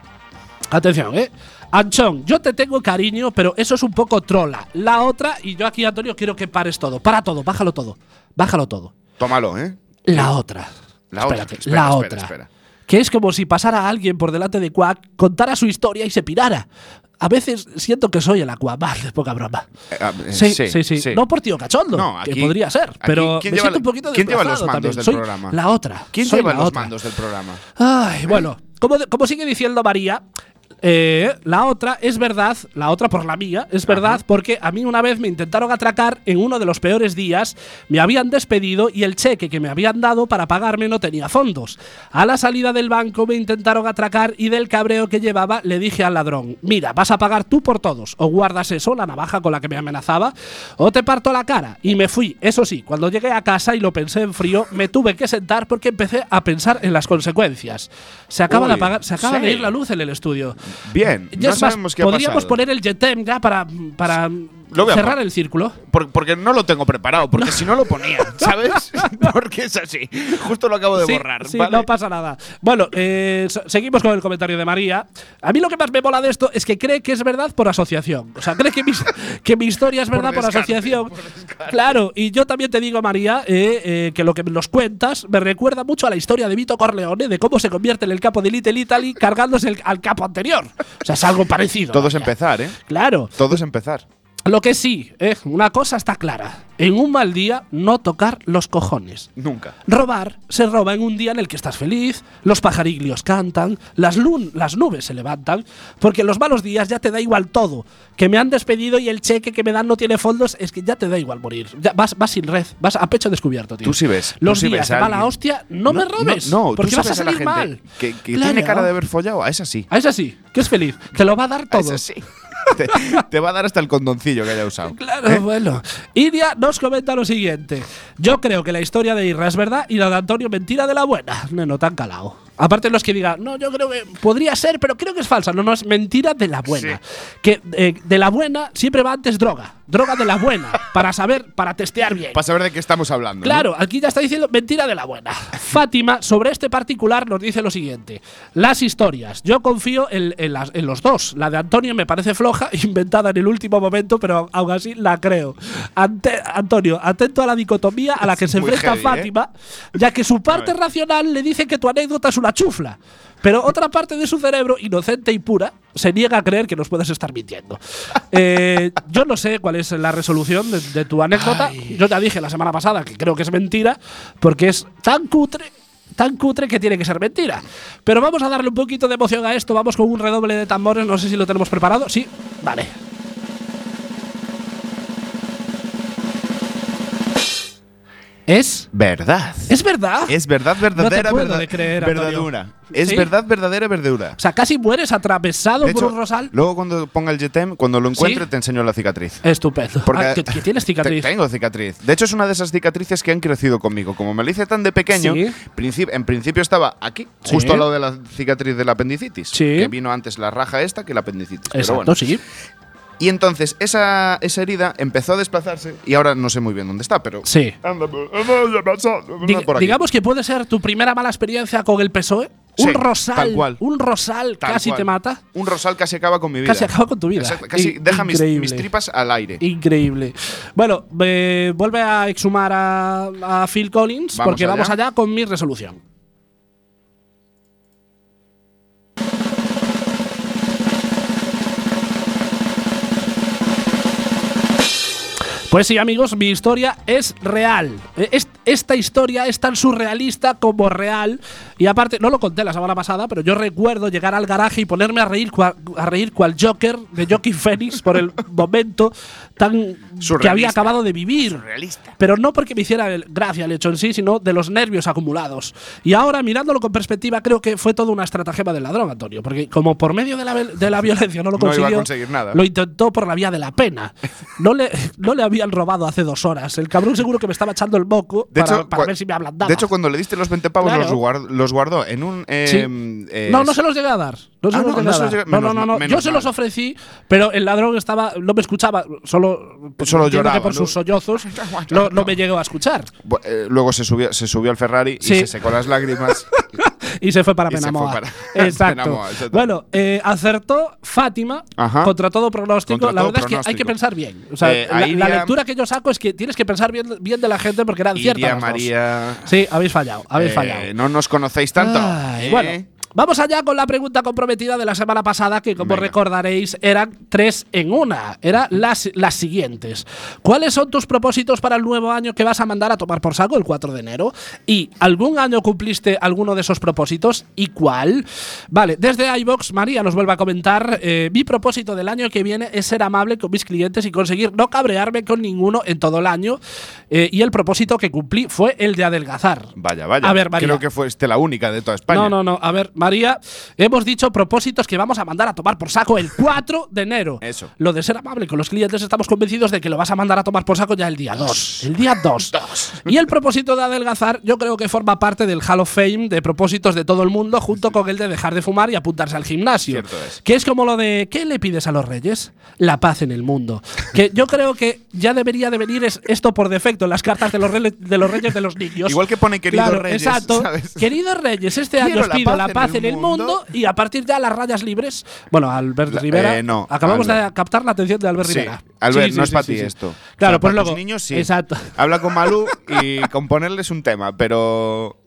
atención, ¿eh? Anchón, yo te tengo cariño, pero eso es un poco trola. La otra, y yo aquí, Antonio, quiero que pares todo. Para todo, bájalo todo. Bájalo todo. Tómalo, ¿eh? La otra. La otra, espera, la espera, otra. espera. Que es como si pasara a alguien por delante de Quack, contara su historia y se pirara. A veces siento que soy el Aquaman, de poca broma. Eh, ah, eh, Sí, sí, sí, No por tío cachondo, No, que aquí- podría ser, aquí, pero ¿quién me siento lleva la- un poquito quién lleva los desplazado también. mandos del Soy programa? La otra. ¿Quién soy lleva la los otra. mandos del programa? Ay, bueno, como, como sigue diciendo María, eh, la otra es verdad, la otra por la mía, es verdad porque a mí una vez me intentaron atracar en uno de los peores días, me habían despedido y el cheque que me habían dado para pagarme no tenía fondos. A la salida del banco me intentaron atracar y del cabreo que llevaba le dije al ladrón, mira, vas a pagar tú por todos, o guardas eso, la navaja con la que me amenazaba, o te parto la cara. Y me fui, eso sí, cuando llegué a casa y lo pensé en frío, me tuve que sentar porque empecé a pensar en las consecuencias. Se acaba, de, Uy, apagar- se acaba de sí. ir la luz en el estudio. Bien, Ya no es más, sabemos qué ha podríamos pasado. poner el Jetem ya para, para Lo voy a cerrar poner. el círculo. Por- porque no lo tengo preparado, porque si no (laughs) lo ponía, ¿sabes? (laughs) porque es así. Justo lo acabo de Sí, borrar. sí, ¿vale? no pasa nada. Bueno, eh, so- seguimos con el comentario de María. A mí lo que más me mola de esto es que cree que es verdad por asociación. O sea, cree que, mis- que mi (laughs) historia es verdad por, descarte, asociación. claro, y yo también te digo, María, eh, eh, que lo que nos cuentas me recuerda mucho a la historia de Vito Corleone, de cómo se convierte en el capo de Little Italy cargándose el- al capo anterior. O sea, es algo parecido. Todo es vaya. empezar, ¿eh? Claro. Todo es empezar. Lo que sí, eh, una cosa está clara. En un mal día, no tocar los cojones. Nunca. Robar se roba en un día en el que estás feliz, los pajariglios cantan, las, lun- las nubes se levantan, porque en los malos días ya te da igual todo. Que me han despedido y el cheque que me dan no tiene fondos, es que ya te da igual morir. Ya vas, vas sin red, vas a pecho descubierto, tío. Tú sí ves, tú Los sí días ves de a mala alguien. hostia, no, me robes. No, tú porque vas a sabes salir la mal. gente Que, que Claro. tiene cara de Ah, haber follado, a esa sí. Ah, Es así, que es feliz. Te lo va a dar A todo. esa sí. (laughs) te, te va a dar hasta el condoncillo que haya usado. (laughs) Claro, bueno. Iria nos comenta lo siguiente. Yo creo que la historia de Irra es verdad y la de Antonio mentira de la buena. No, no, tan calado. Aparte los que digan, no, yo creo que podría ser, pero creo que es falsa. No, no, es mentira de la buena. Que eh, de la buena siempre va antes droga. Droga de la buena. para saber, para testear bien. Para saber de qué estamos hablando. ¿no? Claro, aquí ya está diciendo mentira de la buena. Fátima, sobre este particular, nos dice lo siguiente: Las historias. Yo confío en, en las- en los dos. La de Antonio me parece floja, (laughs) inventada en el último momento, pero aún así la creo. Ante- Antonio, atento a la dicotomía a la que (laughs) se muy enfrenta heavy, ¿eh? Fátima, ya que su parte racional le dice que tu anécdota es una chufla. Pero otra parte de su cerebro, inocente y pura, se niega a creer que nos puedes estar (laughs) mintiendo. Eh, yo no sé cuál es la resolución de, de tu anécdota. Yo ya dije la semana pasada que creo que es mentira, porque es tan cutre tan cutre que tiene que ser mentira. Pero vamos a darle un poquito de emoción a esto. Vamos con un redoble de tambores. No sé si lo tenemos preparado. Sí, vale. Es. Verdad. Es verdad. Es verdad verdadera, puedo verdad- de creer, Antonio. verdadura. Es ¿Sí? verdad verdadera verdura. O sea, casi mueres atravesado De por hecho, un rosal. Luego cuando ponga el GTM, cuando lo encuentre ¿Sí? te enseño la cicatriz. Estupendo. Porque Ah, que, que tienes cicatriz. Te- tengo cicatriz. De hecho, es una de esas cicatrices que han crecido conmigo. Como me lo hice tan de pequeño, Sí. princip- en principio estaba aquí, Sí. justo al lado de la cicatriz de la apendicitis. Sí. Que vino antes la raja esta que la apendicitis. Pero Exacto, bueno. sí. Y entonces esa, esa herida empezó a desplazarse y ahora no sé muy bien dónde está, pero. Sí. Anda, anda, ya pasó, anda Dig- por aquí. digamos que puede ser tu primera mala experiencia con el PSOE. E. Un Sí, rosal. tal cual. Un rosal Tal casi cual. te mata. Un rosal casi acaba con mi vida. Casi acaba con tu vida. Exacto, casi In- deja mis, increíble. mis tripas al aire. Increíble. Bueno, eh, vuelve a exhumar a, a Phil Collins Vamos porque allá. vamos allá con mi resolución. Pues sí, amigos, mi historia es real. Eh, es- Esta historia es tan surrealista como real. Y aparte, no lo conté la semana pasada, pero yo recuerdo llegar al garaje y ponerme a reír, cua- a reír cual Joker de Joaquin Phoenix por el (laughs) momento tan que Surrealista. había acabado de vivir. Pero no porque me hiciera el- gracia el hecho en sí, sino de los nervios acumulados. Y ahora, mirándolo con perspectiva, creo que fue toda una estratagema del ladrón, Antonio. Porque como por medio de la, vel- de la violencia no lo (laughs) No iba a consiguió, conseguir nada. lo intentó por la vía de la pena. No le, no le habían robado hace dos horas. El cabrón seguro que me estaba echando el moco De para, hecho, para cua- ver si me ablandaba. De hecho, cuando le diste los 20 pavos, Claro. los, guard- los guardó en un. eh, Sí. eh, no, no se los llegué a dar. No se Ah, los no, llegué no a se los dar. llegué- No, no, menos no, mal, no. Yo menos se los mal. ofrecí, pero el ladrón estaba, no me escuchaba. Solo, Solo entiendo que lloraba, por ¿no? sus (laughs) sollozos no, no me llegó a escuchar. Bu- eh, luego se subió, se subió al Ferrari Sí. y se secó (laughs) las lágrimas. Y se fue para Y se fue Penamoa. para- (laughs) Exacto. Penamoa, exacto. Bueno, eh, acertó Fátima Ajá. contra todo pronóstico. Contra la todo verdad es que hay pronóstico. que pensar bien. O sea, Eh, la, ahí la iría- lectura que yo saco es que tienes que pensar bien, bien de la gente porque eran ciertas. Iria las dos. María. Sí, habéis fallado, habéis eh, fallado. No nos conocéis tanto. Ay, ¿eh? Bueno, vamos allá con la pregunta comprometida de la semana pasada, que como Venga. recordaréis eran tres en una. Eran las, las siguientes. ¿Cuáles son tus propósitos para el nuevo año que vas a mandar a tomar por saco el 4 de enero? ¿Y algún año cumpliste alguno de esos propósitos? ¿Y cuál? Vale, desde iBox María nos vuelve a comentar, eh, mi propósito del año que viene es ser amable con mis clientes y conseguir no cabrearme con ninguno en todo el año. Eh, y el propósito que cumplí fue el de adelgazar. Vaya, vaya. A ver, María. Creo que fuiste la única de toda España. No, no, no. A ver, María, hemos dicho propósitos que vamos a mandar a tomar por saco el 4 de enero. Eso. Lo de ser amable con los clientes estamos convencidos de que lo vas a mandar a tomar por saco ya el día 2. El día 2. Y el propósito de adelgazar yo creo que forma parte del Hall of Fame de propósitos de todo el mundo junto con el de dejar de fumar y apuntarse al gimnasio. Cierto es. Que es como lo de ¿qué le pides a los reyes? La paz en el mundo. Que yo creo que ya debería de venir es- esto por defecto en las cartas de los, rele- de los reyes de los niños. Igual que pone queridos reyes, Exacto. ¿sabes? Queridos Reyes, este Quiero año os la pido paz la en paz en el el mundo, mundo. y a partir de ahí las rayas libres. Bueno, Albert La- Rivera. eh, no, acabamos de Albert. captar la atención de Albert Sí, Rivera. Albert, Sí, sí, no es sí, para sí, ti sí. esto. Claro, O sea, pues para tus luego. niños, sí. Exacto. (laughs) Habla con Malú y componerles un (laughs) tema, pero.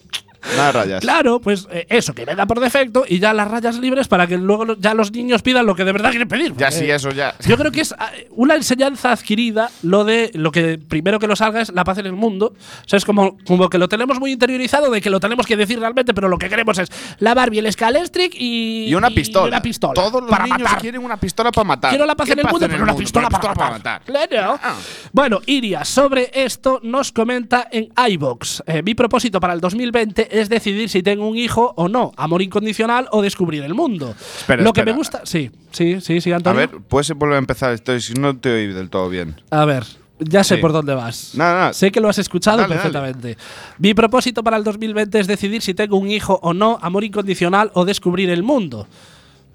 Nada, rayas. Claro, pues eh, eso que me da por defecto y ya las rayas libres para que luego lo- ya los niños pidan lo que de verdad quieren pedir. Eh, Ya porque- sí, eso ya. Yo creo que es ah, una enseñanza adquirida lo de lo que primero que lo salga es la paz en el mundo. O sea, es como, como que lo tenemos muy interiorizado de que lo tenemos que decir realmente, pero lo que queremos es la Barbie, el Scalestric y, Y una pistola. y una pistola Todos los para niños matar. quieren una pistola para matar. Quiero la paz ¿Qué en el mundo, pero una mundo? pistola, para, matar. Claro. Ah. Bueno, Iria, sobre esto nos comenta en iBox. mi propósito para el 2020 es decidir si tengo un hijo o no, amor incondicional o descubrir el mundo. Espera, Lo que espera. me gusta. Sí, sí, sí, sí, A Antonio. ver, puedes volver a empezar. Estoy, si no te oí del todo bien. A ver, ya sé Sí. por dónde vas. Nada, nada. Sé que lo has escuchado Dale, perfectamente. Mi propósito para el 2020 es decidir si tengo un hijo o no, amor incondicional o descubrir el mundo.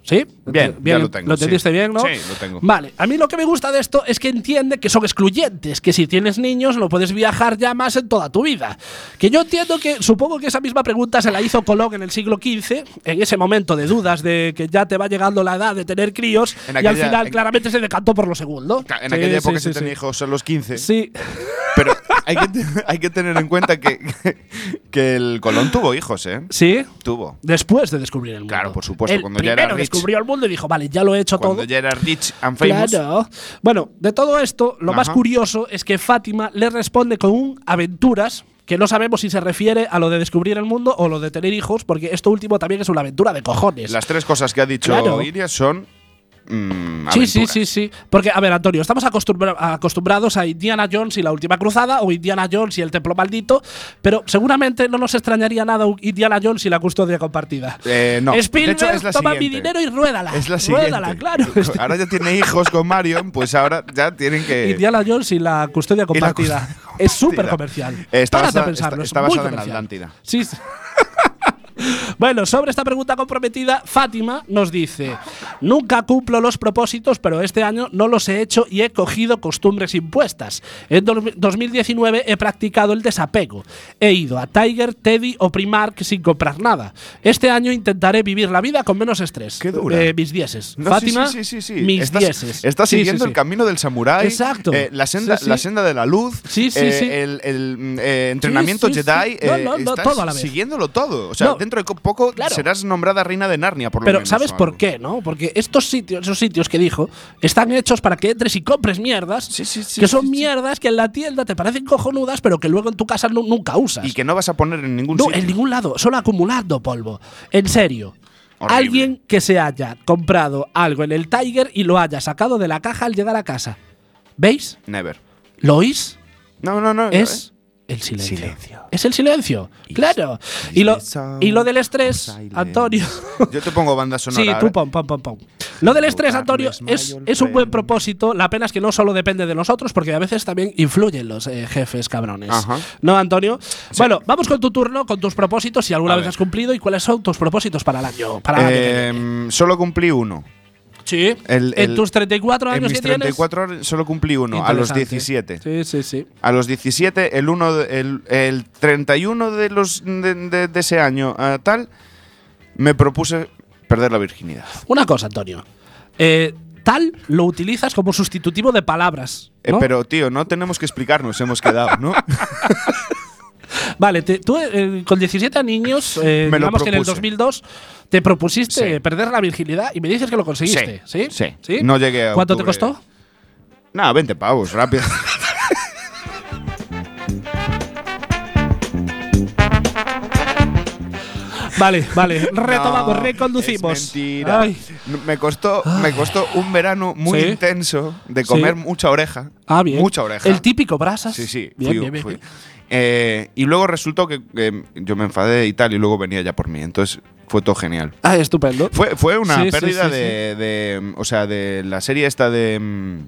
¿Sí? Bien, ya lo tengo, ¿Lo sí. entendiste bien, no? Sí, lo tengo. Vale, a mí lo que me gusta de esto es que entiende que son excluyentes, que si tienes niños no puedes viajar ya más en toda tu vida. Que yo entiendo que, supongo que esa misma pregunta se la hizo Colón en el siglo XV, en ese momento de dudas de que ya te va llegando la edad de tener críos, En y aquella- al final en- claramente se decantó por lo segundo. Ca- En Sí, aquella época sí, se ¿eh? sí, tenían sí. hijos a los 15. Sí, Pero hay que, te- hay que tener en cuenta que, (laughs) que el Colón tuvo hijos, ¿eh? sí. Tuvo. Después de descubrir el mundo. Claro, por supuesto, Él cuando ya primero era rich. descubrió el mundo y dijo, vale, ya lo he hecho Cuando todo. ya era rich and famous. Claro. Bueno, de todo esto, lo más Ajá. curioso es que Fátima le responde con un aventuras que no sabemos si se refiere a lo de descubrir el mundo o lo de tener hijos, porque esto último también es una aventura de cojones. Las tres cosas que ha dicho Claro. Iria son. mm, Sí, sí, aventuras. sí, sí. Porque, a ver, Antonio, estamos acostumbra- acostumbrados a Indiana Jones y la última cruzada, o Indiana Jones y el templo maldito, pero seguramente no nos extrañaría nada un Indiana Jones y la custodia compartida. Eh, no. Spielberg, de hecho, es la toma mi siguiente. dinero y ruédala. Es la siguiente. ruédala, claro. (laughs) Ahora ya tiene hijos con Marion, pues ahora ya tienen que. Indiana Jones y la custodia (laughs) Y la compartida. (laughs) custodia es compartida. súper comercial. Eh, está Párate a basa- pensarlo. está- es está muy basada en la comercial. Atlántida. Sí. (laughs) sí. bueno, sobre esta pregunta comprometida, Fátima nos dice: Nunca cumplo los propósitos, pero este año no los he hecho y he cogido costumbres impuestas. En dos- 2019 he practicado el desapego. He ido a Tiger, Teddy o Primark sin comprar nada. Este año intentaré vivir la vida con menos estrés. Qué dura. Eh, mis dieces. No, sí, Fátima, sí, sí, sí, sí. mis Estás- dieces. estás Sí, sí, siguiendo el sí. camino del samurái. Exacto. eh, la, senda, Sí, sí. la senda de la luz. Sí, sí, eh, sí. El, el, mm, eh, entrenamiento Sí, sí, sí. Jedi. No, eh, no, no, estás todo a la vez. siguiéndolo todo. O sea, No. dentro de co- poco Claro. serás nombrada reina de Narnia, por lo Pero menos, ¿sabes o por algo. qué, no? Porque estos sitios, esos sitios que dijo, están hechos para que entres y compres mierdas, Sí, sí, sí, que son sí, sí. mierdas que en la tienda te parecen cojonudas, pero que luego en tu casa nu- nunca usas. Y que no vas a poner en ningún no, sitio. en ningún lado, solo acumulando polvo. En serio. Horrible. Alguien que se haya comprado algo en el Tiger y lo haya sacado de la caja al llegar a casa. ¿Veis? Never. ¿Lo oís? No, no, no. eh. es el silencio. Silencio. Es el silencio, claro. Y lo, y lo del estrés, Antonio. eh. Yo te pongo banda sonora. Sí, ahora. tú pon, pon, pon, pon. Lo del estrés, Antonio, Darkness, es, my old es un buen friend. propósito. La pena es que no solo depende de nosotros, porque a veces también influyen los eh, jefes cabrones. Ajá. ¿No, Antonio? Bueno, vamos con tu turno, con tus propósitos, si alguna A vez ver. has cumplido y cuáles son tus propósitos para el año. Para el año que Eh, viene. solo cumplí uno. sí. el- en el- tus 34 En años mis que tienes. 34 horas solo cumplí uno, a los Interesante. Sí, 17. sí, sí. A los 17, el, uno de- el, el 31 de, los, de, de- de ese año a tal, me propuse perder la virginidad. Una cosa, Antonio. Eh, tal lo utilizas como sustitutivo de palabras. Eh, ¿no? pero, tío, no tenemos que explicarnos, hemos quedado, (laughs) ¿no? Vale, te- tú eh, con 17 niños, eh, Me lo digamos que en el propuse. 2002, te propusiste Sí. perder la virginidad y me dices que lo conseguiste. Sí, Sí, sí. No llegué a ¿Cuánto te octubre. costó? Nada, 20 pavos, rápido. Vale, vale. (laughs) Retomamos, (laughs) No, reconducimos. es mentira. Ay. Ah. Me costó, me costó un verano muy Sí. intenso de comer Sí. mucha oreja. Ah, bien. Mucha oreja. El típico brasas. Sí, sí, Bien, fui, bien, bien. fui. Eh, y luego resultó que, que yo me enfadé y tal, y luego venía ya por mí. Entonces fue todo genial. Ah, estupendo. Fue, fue una Sí, sí, pérdida sí, de, de- O sea, de la serie esta de. mm,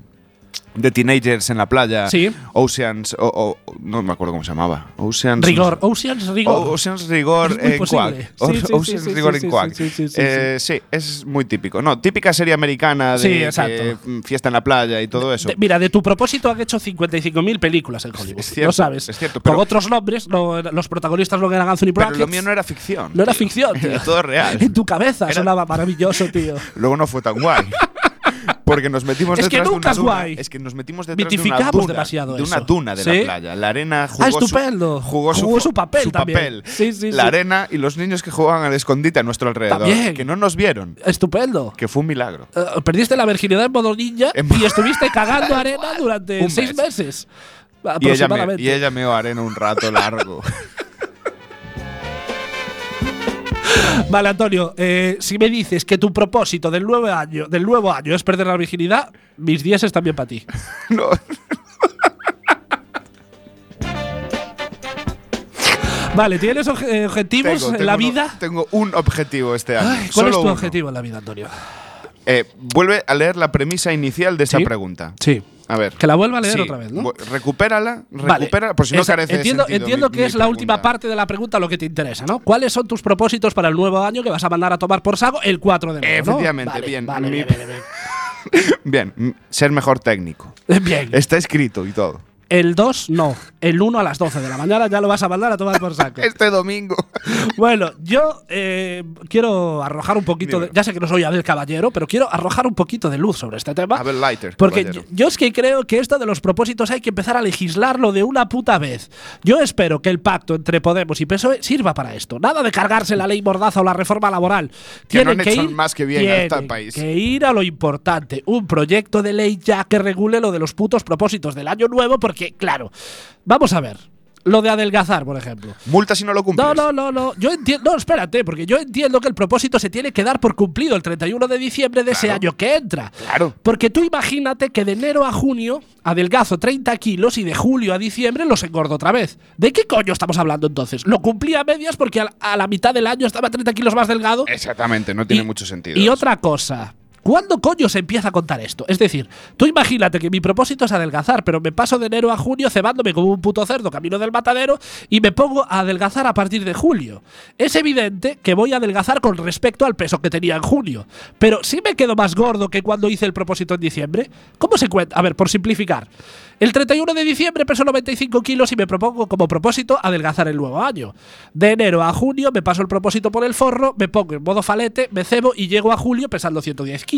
De teenagers en la playa. Sí. Oceans. O, o- no me acuerdo cómo se llamaba. Oceans. Rigor, Ocean's Rigor. O- Ocean's Rigor Es muy en posible. Quack. Sí, O- sí, sí, Ocean's sí, Rigor sí, sí, en Quack. sí, sí, sí, Eh, sí, es muy típico. No, típica serie americana de Sí, que, exacto. mm, fiesta en la playa y todo eso. De- mira, de tu propósito han hecho 55.000 películas en Hollywood. Es cierto, lo sabes. es cierto, Con pero- otros nombres, no- los protagonistas no eran Anthony Pero Brackett. lo mío no era ficción. No era tío. ficción, tío. (laughs) Era todo real. En tu cabeza Era- sonaba maravilloso, (laughs) tío. Luego no fue tan guay. Porque nos metimos Es que detrás de nunca una es duna. guay. Es que nos metimos detrás de una Mitificamos duna, demasiado de una eso. duna de ¿Sí? la playa. La arena jugó Ah, su- estupendo. jugó su, Jugó su papel su también. papel. Sí, sí, la sí. arena y los niños que jugaban al escondite a nuestro alrededor, También. que no nos vieron, Estupendo. que fue un milagro. Eh, perdiste la virginidad en modo ninja En y modo- estuviste cagando arena durante (laughs) Un seis mes. meses. Ah, Y ella, me- Aproximadamente. y ella meó arena un rato (laughs) largo. (laughs) Vale, Antonio, eh, si me dices que tu propósito del nuevo año, del nuevo año es perder la virginidad, mis días están bien para ti. No, Vale, ¿tienes obje- eh, objetivos tengo- en la tengo uno- vida? tengo un objetivo este año. Ay, ¿Cuál solo es tu uno. objetivo en la vida, Antonio? Eh, vuelve a leer la premisa inicial de esa ¿Sí? pregunta. Sí. A ver. Que la vuelva a leer Sí, otra vez, ¿no? vu- Recupérala, Vale. recupérala, por si no Esa- carece entiendo, de sentido Entiendo mi- que mi es la última pregunta. parte de la pregunta lo que te interesa, ¿no? ¿Cuáles son tus propósitos para el nuevo año que vas a mandar a tomar por sago el 4 de enero? ¿no? Efectivamente, Vale, bien. vale, Mi- bien, bien, bien. (laughs) Bien, m- ser mejor técnico. (laughs) Bien. Está escrito y todo. El 2 no, el 1 a las 12 de la mañana ya lo vas a mandar a tomar por (laughs) saco. Este domingo. bueno, yo eh, quiero arrojar un poquito de, Dímelo. ya sé que no soy Abel Caballero, pero quiero arrojar un poquito de luz sobre este tema. A ver, lighter. Porque yo, caballero. yo es que creo que esto de los propósitos hay que empezar a legislarlo de una puta vez. Yo espero que el pacto entre Podemos y PSOE E sirva para esto. Nada de cargarse la ley Mordaza o la reforma laboral. Que no Tienen han hecho más que bien a tienen este país. que ir a lo importante. Un proyecto de ley ya que regule lo de los putos propósitos del año nuevo porque, claro, vamos a ver. lo de adelgazar, por ejemplo. Multa si no lo cumples. No, no, no, no. Yo entiendo. No, espérate, porque yo entiendo que el propósito se tiene que dar por cumplido el 31 de diciembre de ese Claro. año que entra. Claro. Porque tú imagínate que de enero a junio adelgazo 30 kilos y de julio a diciembre los engordo otra vez. ¿De qué coño estamos hablando entonces? Lo cumplí a medias porque al- a la mitad del año estaba 30 kilos más delgado. Exactamente, no tiene Y- mucho sentido. Y otra cosa. ¿Cuándo coño se empieza a contar esto? Es decir, tú imagínate que mi propósito es adelgazar, pero me paso de enero a junio cebándome como un puto cerdo camino del matadero y me pongo a adelgazar a partir de julio. Es evidente que voy a adelgazar con respecto al peso que tenía en junio, pero si me quedo más gordo que cuando hice el propósito en diciembre, ¿cómo se cuenta? A ver, por simplificar, el 31 de diciembre peso 95 kilos y me propongo como propósito adelgazar el nuevo año. De enero a junio me paso el propósito por el forro, me pongo en modo falete, me cebo y llego a julio pesando 110 kilos.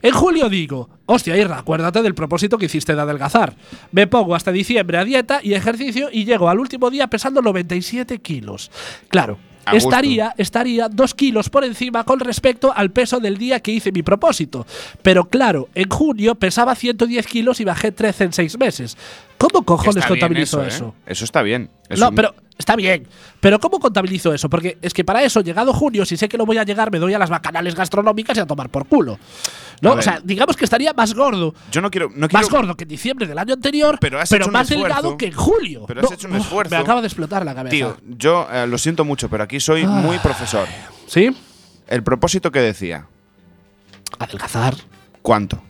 En julio digo, hostia Irra, acuérdate del propósito que hiciste de adelgazar. Me pongo hasta diciembre a dieta y ejercicio y llego al último día pesando 97 kilos. Claro. A gusto. Estaría, estaría dos kilos por encima con respecto al peso del día que hice mi propósito. Pero claro, en junio pesaba 110 kilos y bajé 13 en 6 meses. ¿Cómo Está cojones bien contabilizo ¿eh? eso? Eso está bien. Es no, un- pero está bien. Pero ¿cómo contabilizo eso? Porque es que para eso, llegado junio, si sé que no voy a llegar, me doy a las bacanales gastronómicas y a tomar por culo. A ¿No? ver. O sea, digamos que estaría más gordo. Yo no quiero. No quiero Más gordo que en diciembre del año anterior, Pero pero, has hecho un más esfuerzo. delgado que en julio. Pero has hecho un uf, esfuerzo. Me acaba de explotar la cabeza. Tío, yo eh, lo siento mucho, pero aquí Ah. soy muy profesor. ¿Sí? El propósito que decía. Adelgazar. ¿Cuánto?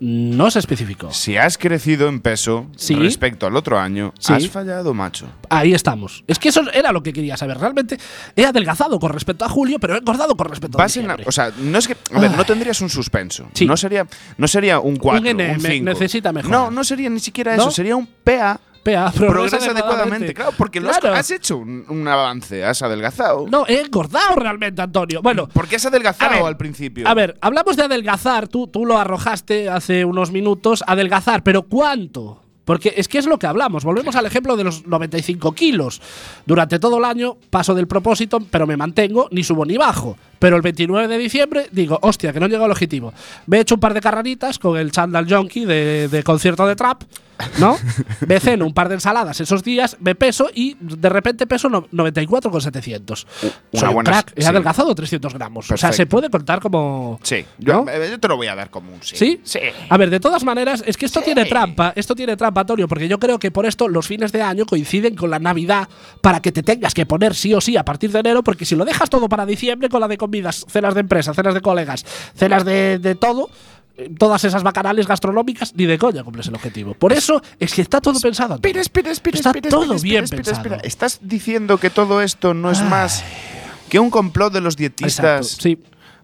No se especificó. Si has crecido en peso Sí. respecto al otro año, Sí. has fallado, macho. Ahí estamos. Es que eso era lo que quería saber. Realmente he adelgazado con respecto a julio, pero he engordado con respecto a Vas en la- diciembre. o sea, no es que. A ver, no tendrías un suspenso. Ah. Sí. No sería, no sería un 4, Un N, un me- 5. necesita mejorar. No, no sería ni siquiera ¿No? eso. Sería un PA. Pea, Progresa adecuadamente. Claro, porque lo has- Claro. has hecho un, un avance, has adelgazado. No, he engordado realmente, Antonio. Bueno, Porque has A adelgazado ver, al principio. a ver, hablamos de adelgazar. Tú, tú lo arrojaste hace unos minutos. Adelgazar, pero ¿cuánto? Porque es que es lo que hablamos. Volvemos al ejemplo de los 95 kilos. Durante todo el año paso del propósito, pero me mantengo, ni subo ni bajo. Pero el 29 de diciembre digo, hostia, que no llego al objetivo. Me he hecho un par de carreritas con el Chandal Junkie de, de concierto de trap, ¿no? Me ceno un par de ensaladas esos días, me peso y de repente peso no- 94,700. una Soy un buena- crack, he sí. adelgazado 300 gramos. O sea, se Perfecto. puede contar como. Sí. ¿No? Yo, eh, yo te lo voy a dar como un sí. ¿Sí? Ah. Sí. A ver, de todas maneras, es que esto tiene trampa, esto tiene trampa, Antonio, porque yo creo que por esto los fines de año coinciden con la Navidad para que te tengas que poner sí o sí a partir de enero, porque si lo dejas todo para diciembre con la de comidas, cenas de empresa, cenas de colegas, cenas de, de todo, eh, todas esas bacanales gastronómicas, ni de coña cumples el objetivo. Por eso es que está todo pensado. Antonio. Espera, espera, espera, Está espera, todo espera, espera, bien espera, pensado. espera. Estás diciendo que todo esto no es más que un complot de los Exacto, dietistas sí.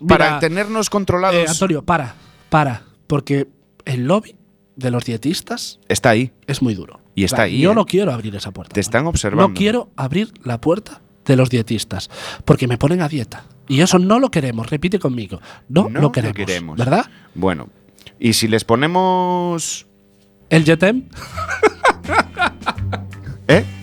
para Mira, tenernos eh, controlados. Antonio, para, para, porque el lobby de los dietistas está ahí. es muy duro. Y está Claro, ahí, Yo ¿eh? no quiero abrir esa puerta. Te Antonio. están observando. No quiero abrir la puerta de los dietistas porque me ponen a dieta. Y eso no lo queremos. Repite conmigo. No, No lo, queremos, lo queremos. ¿Verdad? Bueno, y si les ponemos. El Jetem. ¿Eh? (laughs)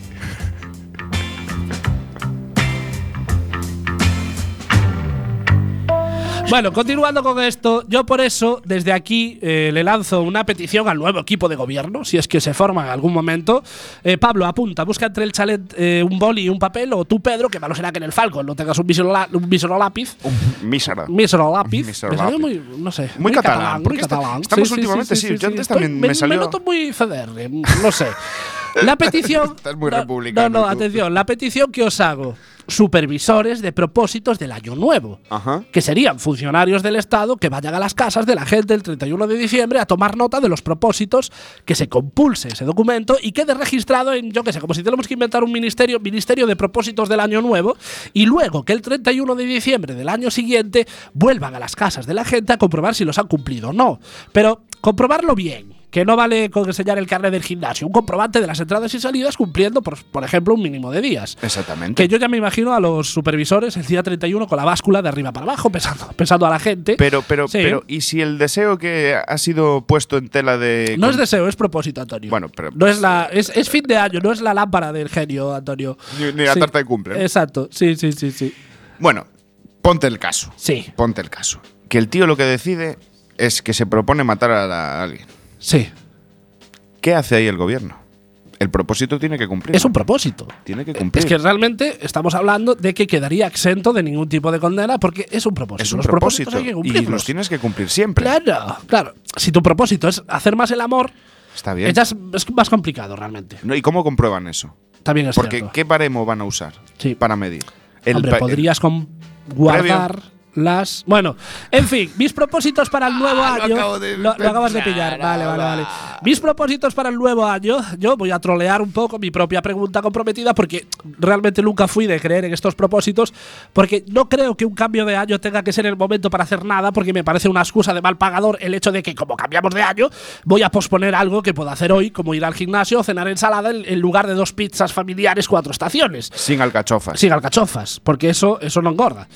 Bueno, continuando con esto, yo por eso desde aquí eh, le lanzo una petición al nuevo equipo de gobierno, si es que se forma en algún momento. Eh, Pablo, apunta, busca entre el chalet eh, un boli y un papel, o tú, Pedro, que malo será que en el Falcon no tengas un mísero la- un mísero lápiz. Mísara. Mísero (laughs) lápiz. Mísero me salió lápiz. muy, no sé. Muy catalán, porque esta- estamos últimamente, sí, yo antes también me salió- noto muy CDR, no sé. (laughs) La petición. Estás muy no, republicano No, no, tú. atención. La petición que os hago. Supervisores de propósitos del año nuevo. Ajá. Que serían funcionarios del Estado que vayan a las casas de la gente el 31 de diciembre a tomar nota de los propósitos, que se compulse ese documento y quede registrado en, yo qué sé, como si tenemos que inventar un ministerio, Ministerio de Propósitos del Año Nuevo, y luego que el 31 de diciembre del año siguiente vuelvan a las casas de la gente a comprobar si los han cumplido o no. Pero comprobarlo bien. Que no vale con enseñar el carnet del gimnasio, un comprobante de las entradas y salidas cumpliendo, por, por ejemplo, un mínimo de días. Exactamente. Que yo ya me imagino a los supervisores el día 31 con la báscula de arriba para abajo, pensando, (laughs) pensando a la gente. Pero, pero, Sí. pero, ¿y si el deseo que ha sido puesto en tela de. No es deseo, es propósito, Antonio. eh, Bueno, pero- No es, la, es, es fin de año, no es la lámpara del genio, Antonio. Ni- ni la tarta de cumple. Exacto, sí, sí, sí, sí. Bueno, ponte el caso. Sí, Ponte el caso. Que el tío lo que decide es que se propone matar a, la- a alguien. sí. ¿Qué hace ahí el gobierno? el propósito tiene que cumplir. Es un propósito. Tiene que Eh, Es cumplir. que realmente estamos hablando de que quedaría exento de ningún tipo de condena porque es un propósito. es un Los propósitos propósito. hay que y cumplirlos. los tienes que cumplir siempre. Claro, claro. Si tu propósito es hacer más el amor, Está bien. ya es, es más complicado realmente. No, ¿Y cómo comprueban eso? También es Porque cierto. ¿qué baremo van a usar Sí. para medir? Hombre, pa- podrías con- guardar las. Bueno, en fin, mis propósitos para el nuevo Ah, lo año. acabo de lo, lo acabas de pensar pillar. Vale, vale, vale. ahora. Mis propósitos para el nuevo año. Yo voy a trolear un poco mi propia pregunta comprometida porque realmente nunca fui de creer en estos propósitos. Porque no creo que un cambio de año tenga que ser el momento para hacer nada. Porque me parece una excusa de mal pagador el hecho de que, como cambiamos de año, voy a posponer algo que puedo hacer hoy, como ir al gimnasio o cenar ensalada en en lugar de dos pizzas familiares, cuatro estaciones. sin alcachofas. Sin alcachofas, porque eso, eso no engorda.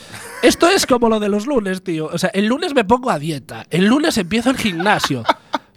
Esto es como lo de los lunes, tío. O sea, el lunes me pongo a dieta, el lunes empiezo el gimnasio.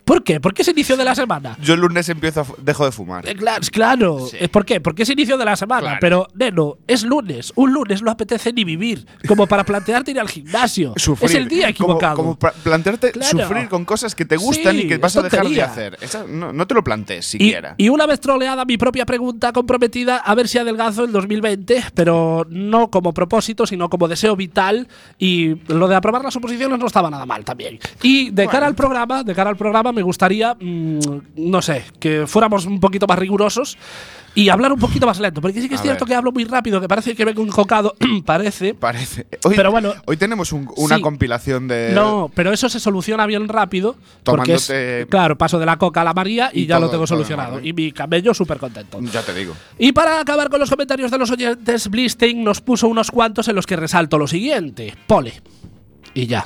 ¿Por qué? ¿Por qué es inicio de la semana? Yo el lunes empiezo a fu- dejo de fumar. Eh, cla- Claro, Eh, ¿por qué? Porque es inicio de la semana, Claro. pero neno, es lunes, un lunes no apetece ni vivir, como para plantearte ir al gimnasio. Sufrir. Es el día Como- equivocado. Como, pra- plantearte Claro. sufrir con cosas que te gustan Sí, y que vas es a dejar de tontería. hacer. Esa- no, no te lo plantees Y, siquiera. y una vez troleada mi propia pregunta comprometida, a ver si adelgazo el 2020, pero no como propósito, sino como deseo vital. Y lo de aprobar las oposiciones no estaba nada mal también. Y de cara al programa, de cara al programa, me gustaría, mm, no sé, que fuéramos un poquito más rigurosos y hablar un poquito más lento, porque sí que es A cierto ver. que hablo muy rápido, que parece que vengo encocado, (clears throat) parece. Parece. Hoy, Pero bueno, hoy tenemos un- una sí. compilación de. No, pero eso se soluciona bien rápido. Porque es- Tomándote- claro, paso de la coca a la María y, Y ya lo tengo todo- todo en ¿eh? solucionado. orden. Y mi camello súper contento. Ya te digo. Y para acabar con los comentarios de los oyentes, Blisting nos puso unos cuantos en los que resalto lo siguiente. Pole. Y (laughs) ya.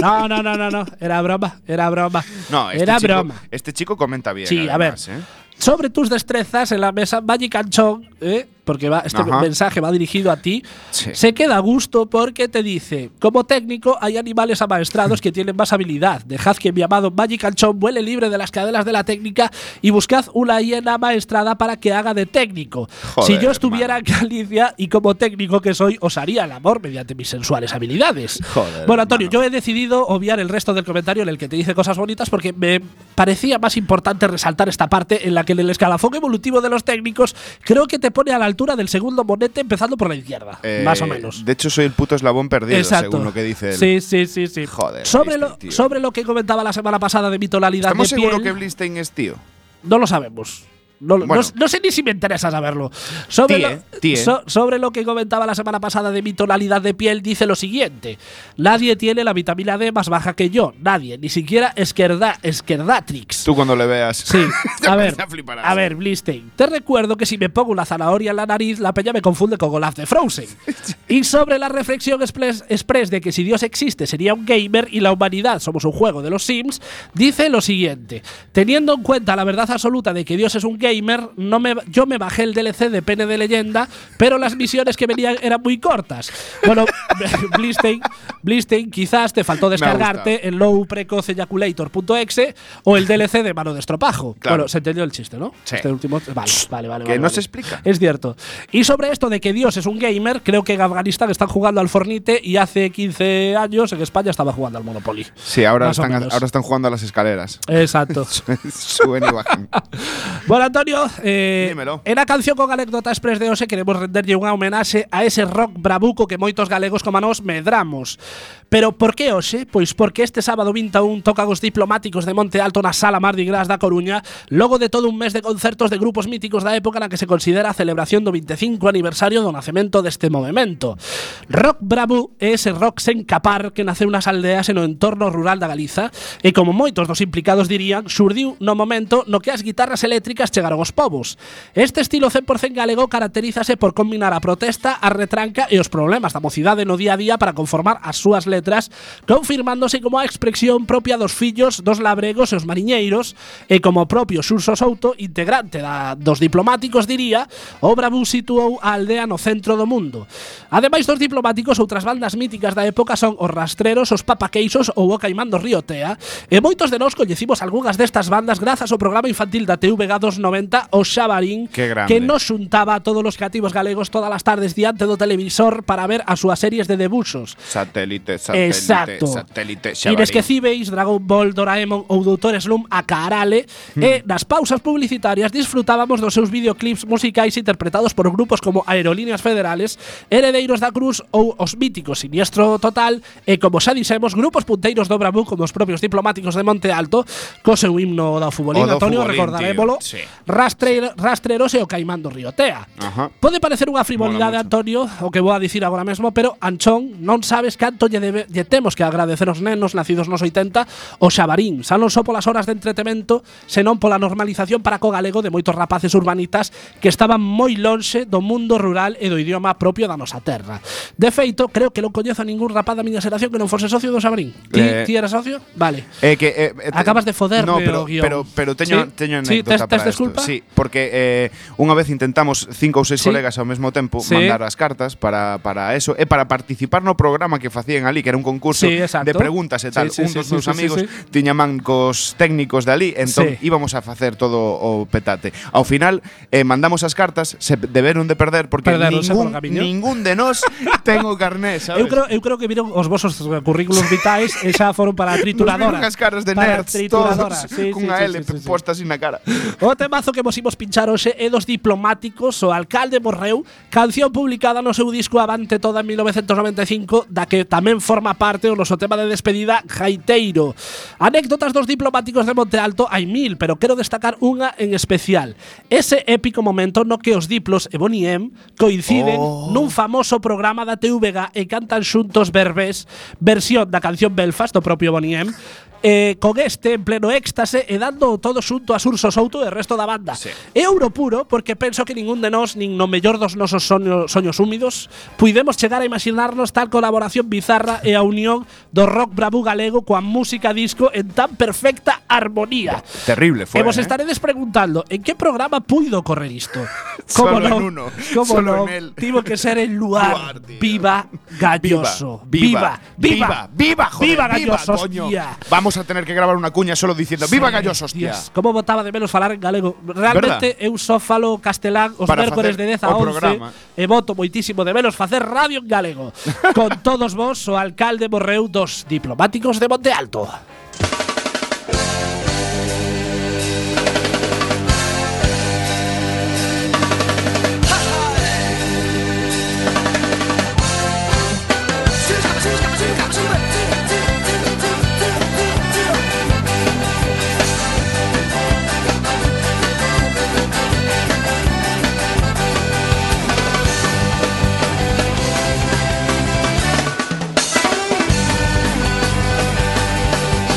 No, no, no, no, no. Era broma, era broma. No, este, era chico, broma. este chico comenta bien. Sí, a ver. además, ¿eh? Sobre tus destrezas en la mesa Magic and Chong, ¿eh? porque va, este Ajá. mensaje va dirigido a ti, Sí. se queda a gusto porque te dice, como técnico hay animales amaestrados que tienen más habilidad. Dejad que mi amado Magic and Chong vuele libre de las cadenas de la técnica y buscad una hiena amaestrada para que haga de técnico. Joder, si yo estuviera hermano. en (laughs) Galicia y como técnico que soy, os haría el amor mediante mis sensuales habilidades. Joder, bueno, Antonio, hermano. yo he decidido obviar el resto del comentario en el que te dice cosas bonitas porque me parecía más importante resaltar esta parte en la que en el escalafón evolutivo de los técnicos creo que te pone a la altura del segundo monete empezando por la izquierda, Eh, más o menos. De hecho, soy el puto eslabón perdido, según lo que dice él. Sí, sí, sí, sí. Joder, Sobre, este lo, tío. sobre lo que comentaba la semana pasada de mi tonalidad ¿Estamos de seguros piel, que Blistein es tío? no lo sabemos. No, lo- Bueno. no- no sé ni si me interesa saberlo. Sobre, Tie, lo, tie. sobre lo que comentaba la semana pasada de mi tonalidad de piel, dice lo siguiente: Nadie tiene la vitamina D más baja que yo. Nadie, ni siquiera Esquerda, Esquerdatrix. Tú cuando le veas. (laughs) Sí, a ver, Ya fliparás. a ver, Blistein, te recuerdo que si me pongo una zanahoria en la nariz, la peña me confunde con Olaf de Frozen. y sobre la reflexión express, express de que si Dios existe sería un gamer y la humanidad somos un juego de los Sims, dice lo siguiente, teniendo en cuenta la verdad absoluta de que Dios es un gamer, no me, yo me bajé el DLC de Pene de Leyenda, pero las misiones que venían eran muy cortas. Bueno, (laughs) Blistein, Blistein, quizás te faltó Me ha gustado. descargarte el lowprecocejaculator.exe o el DLC de mano de estropajo. Claro. Bueno, se entendió el chiste, ¿no? Sí. Este último. Vale, vale, vale. que vale, no vale. se explica. Es cierto. Y sobre esto de que Dios es un gamer, creo que en Afganistán están jugando al Fornite y hace 15 años en España estaba jugando al Monopoly. Sí, ahora Más o están, menos. ahora están jugando a las escaleras. (laughs) Exacto. Suben (laughs) y bajan. Bueno, Antonio, eh, Dímelo. en a canción con anécdota express de hoxe queremos renderlle un homenaxe a ese rock bravuco que moitos galegos como a nós medramos. Pero por que hoxe? Pois porque este sábado 21 tocan os diplomáticos de Monte Alto na Sala Mardi Gras da Coruña logo de todo un mes de concertos de grupos míticos da época na que se considera a celebración do 25 aniversario do nacemento deste movimento. Rock bravu é ese rock sen capar que naceu nas aldeas e no entorno rural da Galiza e como moitos dos implicados dirían, xurdiu no momento no que as guitarras eléctricas chegaron aos povos. Este estilo 100% galego caracterízase por combinar a protesta, a retranca e os problemas da mocidade no día a día para conformar as súas letras, confirmándose como a expresión propia dos fillos, dos labregos e os mariñeiros, e como o propio Xurso Souto, integrante da, dos diplomáticos, diría, o Bravú situou a aldea no centro do mundo. Ademais dos diplomáticos, outras bandas míticas da época son os Rastreros, os Papaqueixos ou o Caimán do Río Tea, e moitos de nós coñecimos algunhas destas bandas grazas ao programa infantil da TV2 90 90, o Xabarín, Qué grande. que nos juntaba a todos los cativos galegos todas las tardes diante do televisor para ver as súas series de debuxos. Satélite, satélite, Exacto. satélite, xabarín. Inesquecíveis, Dragon Ball, Doraemon ou Doutor Slum a carale Hmm. E nas pausas publicitarias disfrutábamos dos seus videoclips musicais interpretados por grupos como Aerolíneas Federales, Heredeiros da Cruz ou os míticos Siniestro Total E como xa dixemos, grupos punteiros do Bramú como os propios diplomáticos de Monte Alto Co seu himno do futbolín, O do Antonio, futbolín, recordarémolo tío, sí. Rastre- Rastreros e o Caimán do Río Tea Ajá. Pode parecer unha frivolidade, Mola moito. Antonio, o que vou a dicir agora mesmo, pero Anchón, non sabes canto lle, debe, lle temos que agradecer aos nenos nacidos nos 80 o xabarín, xa non só polas horas de entretemento, senón pola normalización para co galego de moitos rapaces urbanitas que estaban moi lonxe do mundo rural e do idioma propio da nosa terra. De feito, creo que non coñezo a ningún rapaz da miña xeración que non fose socio do xabarín. Ti, Eh. ti eras socio? Vale. Eh, que, eh, eh, te- Acabas de foderme no, pero, o guión. pero, pero Sí, teño, teño sí, anécdota tes- tes para esto. desculpa? Sí, porque eh, unha vez intentamos cinco ou seis Sí. colegas ao mesmo tempo Sí. mandar as cartas para, para eso e para participar no programa que facían ali, que era un concurso Sí, exacto. de preguntas e tal. Sí, sí, un sí, dos sí, meus sí, sí, amigos sí. tiña man cos técnicos de ali, entón Sí. íbamos a facer todo o petate. Ao final eh, mandamos as cartas, se deberon de perder porque Perderonse polo ningún, camiño. ningún de nós (laughs) ten o carné, sabes? Eu creo, eu creo que viron os vosos currículos vitais e xa foron (laughs) para a trituradora. Nos vimos as caras de Para a nerds trituradora. (laughs) todos Sí, sí, cunha sí, L sí, sí, sí. posta así na cara. O temazo que vos imos pinchar hoxe é E dos diplomáticos o alcalde Morreu, canción publicada no seu disco Avante Toda en 1995, da que tamén forma parte o noso tema de despedida Jaiteiro. Anécdotas dos diplomáticos de Monte Alto hai mil, pero quero destacar unha en especial. Ese épico momento no que os diplos e Bonnie M coinciden nun famoso programa da TVG e cantan xuntos verbés versión da canción Belfast do propio Bonnie M eh, con este en pleno éxtase e dando todo xunto a Surso Souto e o resto da banda. Sí. É ouro puro porque penso que ningún de nós, nin no mellor dos nosos soños, soños húmidos, puidemos chegar a imaginarnos tal colaboración bizarra e a unión do rock bravú galego coa música disco en tan perfecta armonía. Terrible e fue. vos eh. estaredes preguntando en que programa puido correr isto. (laughs) Como Solo en non, uno, como non, solo en él. Tivo que ser en Luar, Luar, tío. viva Galloso. Viva, viva, viva, joder, viva Galloso, coño. hostia. Vamos a tener que grabar una cuña solo diciendo viva Galloso, hostia. Dios, como votaba de menos falar en galego. Realmente eu só falo castelán os Para mércores de facer 10 a o 11 programa. e voto moitísimo de menos facer radio en galego. (laughs) Con todos vos, o alcalde Borreu dos diplomáticos de Monte Alto. Thank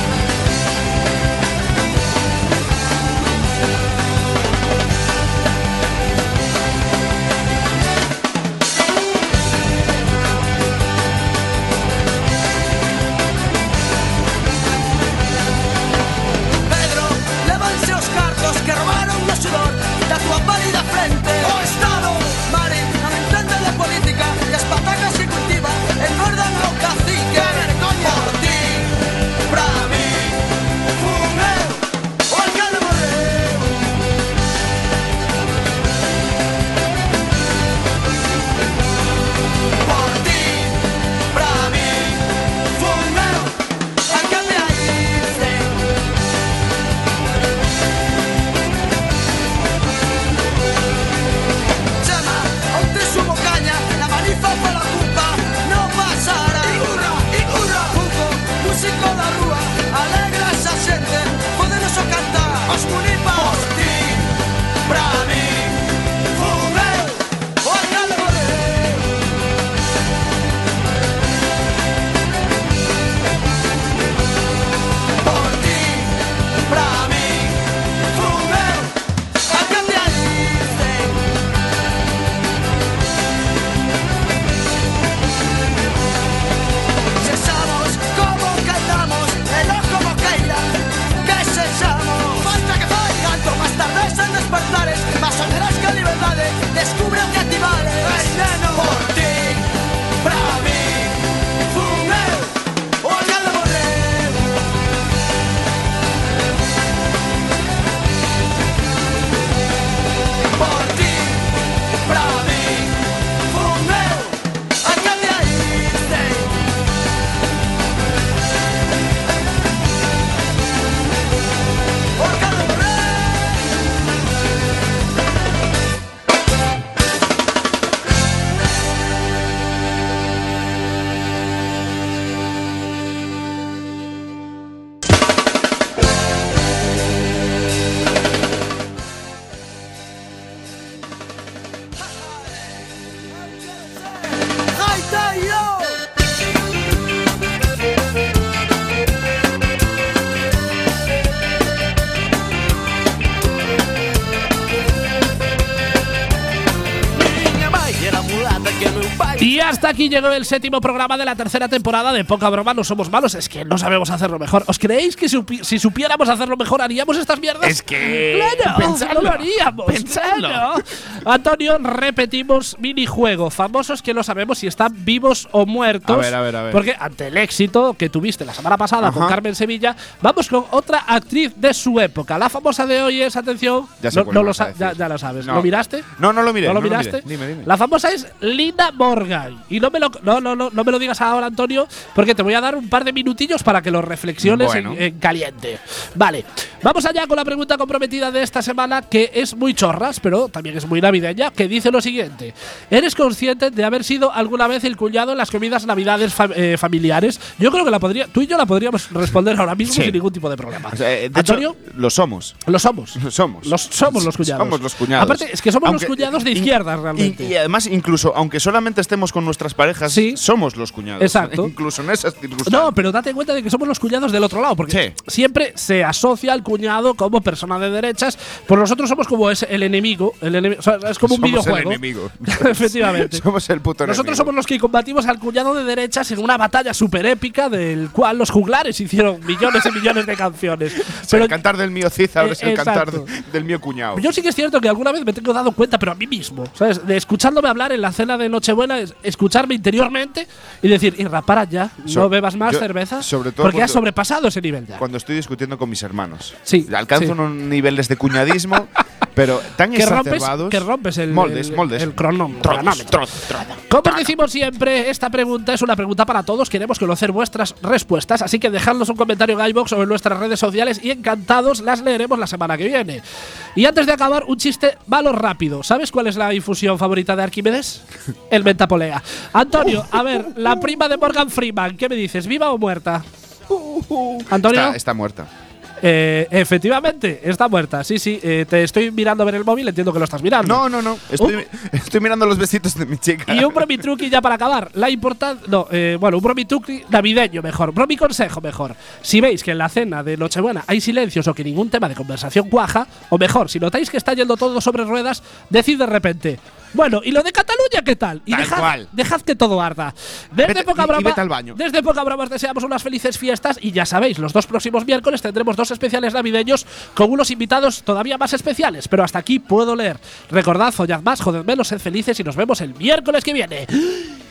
Y hasta aquí llegó el séptimo programa de la tercera temporada de Poca Broma, no somos malos, es que no sabemos hacerlo mejor. ¿Os creéis que supi- si supiéramos hacerlo mejor haríamos estas mierdas? Es que. Claro, no pensadlo, lo haríamos. pensadlo. claro. Antonio, repetimos minijuego. Famosos que no sabemos si están vivos o muertos. A ver, a ver, a ver. Porque ante el éxito que tuviste la semana pasada con Ajá. Carmen Sevilla, vamos con otra actriz de su época. La famosa de hoy es, atención, Ya sé no, cuál no vas lo a sa- decir. ya, ya lo sabes. No. ¿Lo miraste? No, no lo miré. ¿No lo no miré. miraste? Dime, dime. La famosa es Lina Morgan. Y no me lo, no, no, no, no me lo digas ahora, Antonio, porque te voy a dar un par de minutillos para que lo reflexiones en- Bueno. en, caliente. Vale, vamos allá con la pregunta comprometida de esta semana, que es muy chorras, pero también es muy navideña, que dice lo siguiente. ¿Eres consciente de haber sido alguna vez el cuñado en las comidas navidades fam- eh, familiares? Yo creo que la podría, tú y yo la podríamos responder ahora mismo Sí. sin ningún tipo de problema. O sea, eh, de hecho, Antonio, lo somos. (laughs) lo somos. Lo somos. Los, somos los cuñados. Somos los cuñados. Aparte, es que somos Aunque- los cuñados de in- izquierda in- realmente. Y, además, incluso, aunque solamente estemos con nuestras parejas, Sí. somos los cuñados. Exacto. (laughs) Incluso en esas circunstancias. No, pero date cuenta de que somos los cuñados del otro lado, porque Sí. siempre se asocia al cuñado como persona de derechas, pues nosotros somos como es el enemigo, el enemi- o sea, es como un Somos el videojuego. enemigo. (laughs) Efectivamente. (laughs) somos el puto Nosotros enemigo. somos los que combatimos al cuñado de derechas en una batalla super épica del cual los juglares hicieron millones y millones de (laughs) canciones. O sea, Pero el cantar del mío Cid ahora es Eh, el cantar exacto. de- del mío cuñado. Pues yo sí que es cierto que alguna vez me tengo dado cuenta, pero a mí mismo, ¿sabes? De escuchándome hablar en la cena de Nochebuena, es- escucharme interiormente y decir, y para ya, So- no bebas más yo- cerveza, sobre todo porque has cuando- sobrepasado ese nivel ya. Cuando estoy discutiendo con mis hermanos. Sí, Alcanzo sí. unos niveles (laughs) de cuñadismo, pero tan que rompes, exacerbados. que rompes el, moldes, el, moldes. el cronom- cronómetro. Como os decimos siempre, esta pregunta es una pregunta para todos. Queremos conocer vuestras respuestas, así que dejadnos un comentario en iBox o en nuestras redes sociales y encantados las leeremos la semana que viene. Y antes de acabar, un chiste malo rápido. ¿Sabes cuál es la infusión favorita de Arquímedes? El mentapolea. Antonio, a ver, la prima de Morgan Freeman, ¿qué me dices? ¿Viva o muerta? Antonio. está, está muerta. Eh, efectivamente, está muerta. Sí, sí, eh, te estoy mirando a ver el móvil, entiendo que lo estás mirando. No, no, no. Estoy, (laughs) estoy mirando los besitos de mi chica. Uh. Y un bromitruqui ya para acabar. La importante. No, eh, bueno, un bromitruqui navideño mejor. Bromi consejo mejor. Si veis que en la cena de Nochebuena hay silencios o que ningún tema de conversación cuaja, o mejor, si notáis que está yendo todo sobre ruedas, decid de repente. Bueno, ¿y lo de Cataluña qué tal? Y Tal dejad, cual. dejad que todo arda. Desde Vete- poca y- y broma, vete al baño. Desde poca broma os deseamos unas felices fiestas y ya sabéis, los dos próximos miércoles tendremos dos especiales navideños con unos invitados todavía más especiales, pero hasta aquí puedo leer. Recordad, follad más, jodedmelos, sed felices y nos vemos el miércoles que viene.